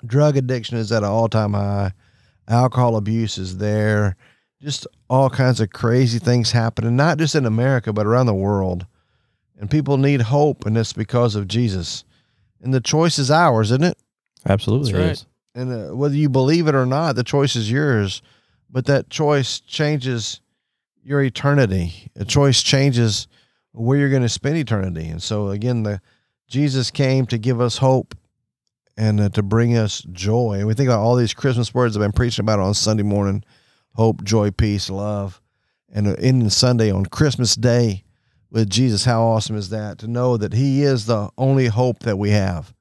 Speaker 3: drug addiction is at an all-time high. Alcohol abuse is there. Just all kinds of crazy things happening, not just in America but around the world. And people need hope, and it's because of Jesus. And the choice is ours, isn't it?
Speaker 4: Absolutely.
Speaker 2: That's
Speaker 4: it
Speaker 2: right.
Speaker 4: is.
Speaker 3: and uh, whether you believe it or not, the choice is yours. But that choice changes your eternity. A choice changes where you're going to spend eternity. And so again, the Jesus came to give us hope and uh, to bring us joy. And we think about all these Christmas words I've been preaching about on Sunday morning: hope, joy, peace, love, and uh, ending Sunday on Christmas Day with Jesus. How awesome is that to know that He is the only hope that we have?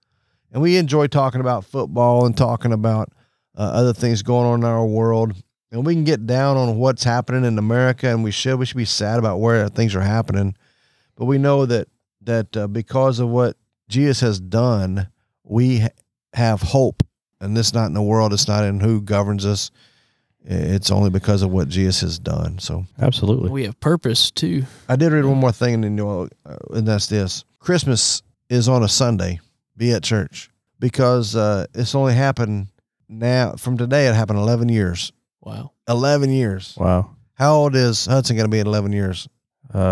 Speaker 3: and we enjoy talking about football and talking about uh, other things going on in our world. And we can get down on what's happening in America, and we should. We should be sad about where things are happening, but we know that that uh, because of what Jesus has done, we ha- have hope, and this not in the world. It's not in who governs us. I- It's only because of what Jesus has done. So
Speaker 4: Absolutely.
Speaker 2: We have purpose too.
Speaker 3: I did read one more thing, and then you all- uh, and that's this: Christmas is on a Sunday. Be at church because uh, it's only happened now. From today, it happened eleven years.
Speaker 2: Wow.
Speaker 3: Eleven years.
Speaker 4: Wow.
Speaker 3: How old is Hudson going to be in eleven years?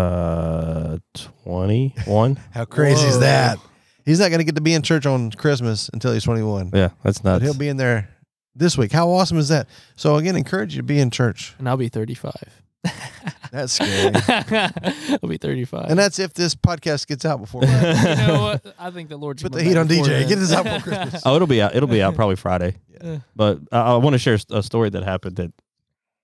Speaker 4: Uh, 21.
Speaker 3: How crazy is
Speaker 2: Whoa.
Speaker 3: that? He's not going to get to be in church on Christmas until he's 21.
Speaker 4: yeah, that's
Speaker 3: But
Speaker 4: nuts.
Speaker 3: he'll be in there this week. How awesome is that? So again, encourage you to be in church.
Speaker 2: And I'll be 35.
Speaker 3: That's scary.
Speaker 2: I'll be 35.
Speaker 3: and that's if this podcast gets out before.
Speaker 2: you know what? I think the Lord should
Speaker 3: Put the heat on DJ. Get this out for Christmas.
Speaker 4: oh, it'll be out. It'll be out probably Friday.
Speaker 2: Yeah.
Speaker 4: But I, I want to share a story that happened that,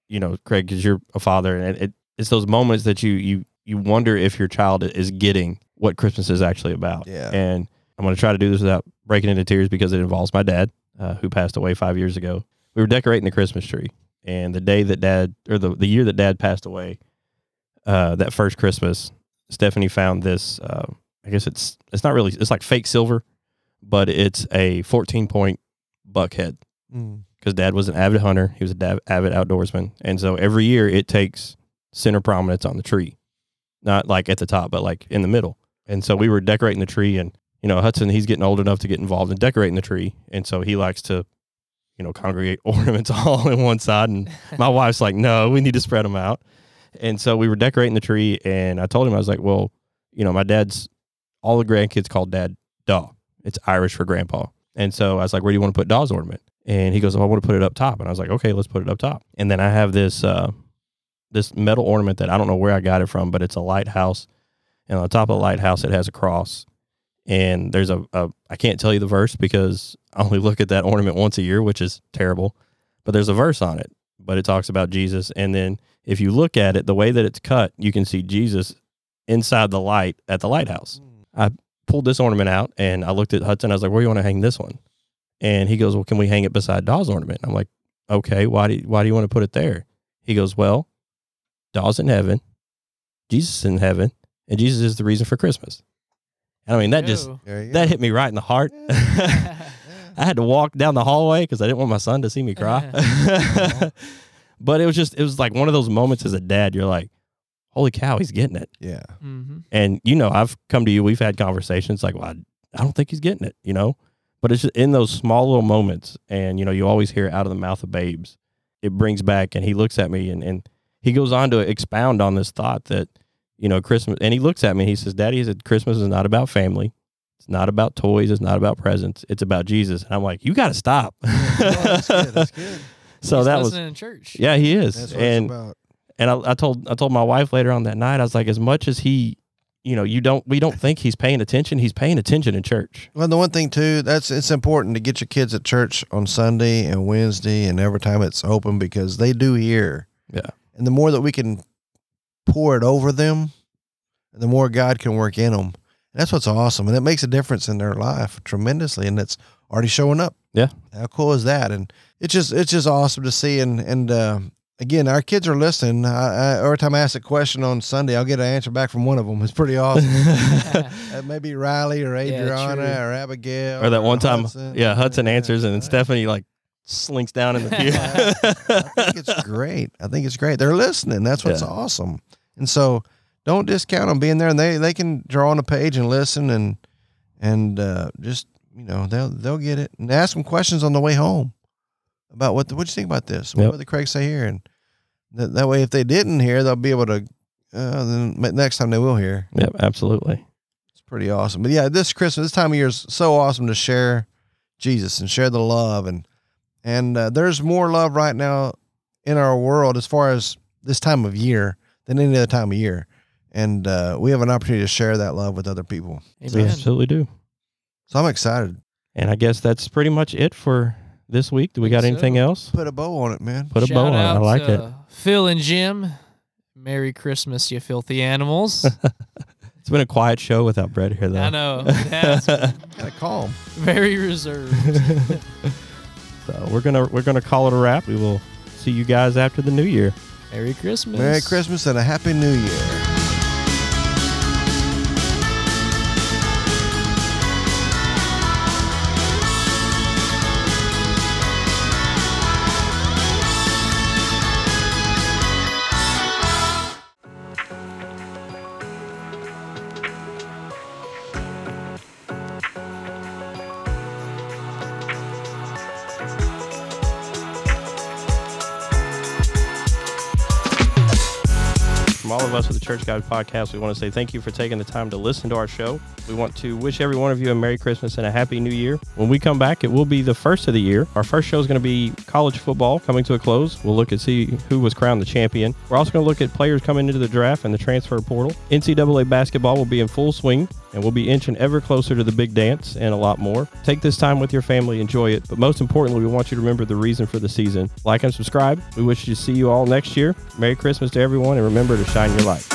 Speaker 4: you know, Craig, because you're a father, and it, it's those moments that you you you wonder if your child is getting what Christmas is actually about.
Speaker 3: Yeah.
Speaker 4: And I'm going to try to do this without breaking into tears because it involves my dad, uh, who passed away five years ago. We were decorating the Christmas tree, and the day that dad, or the the year that dad passed away, uh, that first Christmas, Stephanie found this. Um, I guess it's it's not really it's like fake silver, but it's a 14 point buck head
Speaker 3: Mm.
Speaker 4: because dad was an avid hunter. He was an dav- avid outdoorsman. And so every year it takes center prominence on the tree, not like at the top, but like in the middle. And so we were decorating the tree and, you know, Hudson, he's getting old enough to get involved in decorating the tree. And so he likes to, you know, congregate ornaments all in one side. And my wife's like, no, we need to spread them out. And so we were decorating the tree. And I told him, I was like, well, you know, my dad's, all the grandkids called dad Daw. It's Irish for grandpa. And so I was like, where do you want to put Daw's ornament? And he goes, oh, I want to put it up top. And I was like, okay, let's put it up top. And then I have this uh, this metal ornament that I don't know where I got it from, but it's a lighthouse. And on top of the lighthouse, it has a cross. And there's a, a I can't tell you the verse because I only look at that ornament once a year, which is terrible. But there's a verse on it, but it talks about Jesus. And then if you look at it, the way that it's cut, you can see Jesus inside the light at the lighthouse pulled this ornament out and I looked at Hudson. I was like, "Where do you want to hang this one?" And he goes, "Well, can we hang it beside Dawes' ornament?" I'm like, "Okay, why do why do you want to put it there?" He goes, "Well, Dawes in heaven, Jesus in heaven, and Jesus is the reason for Christmas." And I mean, that just
Speaker 3: There you go.
Speaker 4: that hit me right in the heart. I had to walk down the hallway because I didn't want my son to see me cry. but it was just it was like one of those moments as a dad. You're like, "Holy cow, he's getting it."
Speaker 3: yeah.
Speaker 2: hmm
Speaker 4: And you know, I've come to you. We've had conversations like, "Well, I, I don't think he's getting it," you know. But it's just in those small little moments, and you know, you always hear out of the mouth of babes. It brings back, and he looks at me, and and he goes on to expound on this thought that you know Christmas. And he looks at me, and he says, "Daddy, he said Christmas is not about family." It's not about toys. It's not about presents. It's about Jesus. And I'm like, you got to stop.
Speaker 3: Oh, that's good. That's good.
Speaker 4: so
Speaker 2: He's
Speaker 4: that was,
Speaker 2: listening in church.
Speaker 4: yeah, he is.
Speaker 3: That's what
Speaker 4: and
Speaker 3: it's about.
Speaker 4: and I, I told I told my wife later on that night, I was like, as much as he, you know, you don't we don't think he's paying attention, he's paying attention in church.
Speaker 3: Well, the one thing too, that's it's important to get your kids at church on Sunday and Wednesday and every time it's open because they do hear.
Speaker 4: Yeah.
Speaker 3: And the more that we can pour it over them, the more God can work in them. That's what's awesome, and it makes a difference in their life tremendously, and it's already showing up.
Speaker 4: Yeah.
Speaker 3: How cool is that? And it's just it's just awesome to see. And and uh, again, our kids are listening. I, I, every time I ask a question on Sunday, I'll get an answer back from one of them. It's pretty awesome. That may be Uh, Riley or Adriana
Speaker 2: true.
Speaker 3: or Abigail.
Speaker 4: or that one time, yeah, Hudson
Speaker 3: Yeah,
Speaker 4: answers and then
Speaker 3: right.
Speaker 4: Stephanie like slinks down in
Speaker 3: I think
Speaker 4: the
Speaker 3: it's great. I think it's great. They're listening. That's what's
Speaker 4: Yeah.
Speaker 3: awesome. And so don't discount them being there. And they, they can draw on a page and listen and and uh, just you know they'll they'll get it and ask them questions on the way home about what what you think about this.
Speaker 4: Yep.
Speaker 3: What did Craig say here? And that, that way, if they didn't hear, they'll be able to. Uh, then ma- next time they will hear.
Speaker 4: pew. yep, absolutely.
Speaker 3: It's pretty awesome. But yeah, this Christmas, this time of year is so awesome to share Jesus and share the love and and uh, there's more love right now in our world as far as this time of year than any other time of year. And uh, we have an opportunity to share that love with other people.
Speaker 4: We
Speaker 2: Amen.
Speaker 4: absolutely do.
Speaker 3: So I'm excited.
Speaker 4: And I guess that's pretty much it for this week. Do we got
Speaker 2: Think so.
Speaker 4: anything else?
Speaker 3: Put a bow on it, man.
Speaker 4: Put a bow
Speaker 2: Shout
Speaker 4: on it. I
Speaker 2: out
Speaker 4: like
Speaker 2: to
Speaker 4: it.
Speaker 2: Phil and Jim. Merry Christmas, you filthy animals.
Speaker 4: It's been a quiet show without Brett here though.
Speaker 2: I know. it has been
Speaker 3: Gotta calm.
Speaker 2: very reserved.
Speaker 4: So we're gonna we're gonna call it a wrap. We will see you guys after the new year.
Speaker 2: Merry Christmas.
Speaker 3: Merry Christmas and a happy new year.
Speaker 5: Thank
Speaker 4: From all of us at the Church Guide Podcast, we want to say thank you for taking the time to listen to our show. We want to wish every one of you a Merry Christmas and a Happy New Year. When we come back, it will be the first of the year. Our first show is going to be college football coming to a close. We'll look and see who was crowned the champion. We're also going to look at players coming into the draft and the transfer portal. NCAA basketball will be in full swing, and we'll be inching ever closer to the big dance and a lot more. Take this time with your family, enjoy it. But most importantly, we want you to remember the reason for the season. Like and subscribe. We wish to see you all next year. Merry Christmas to everyone, and remember to shine your light.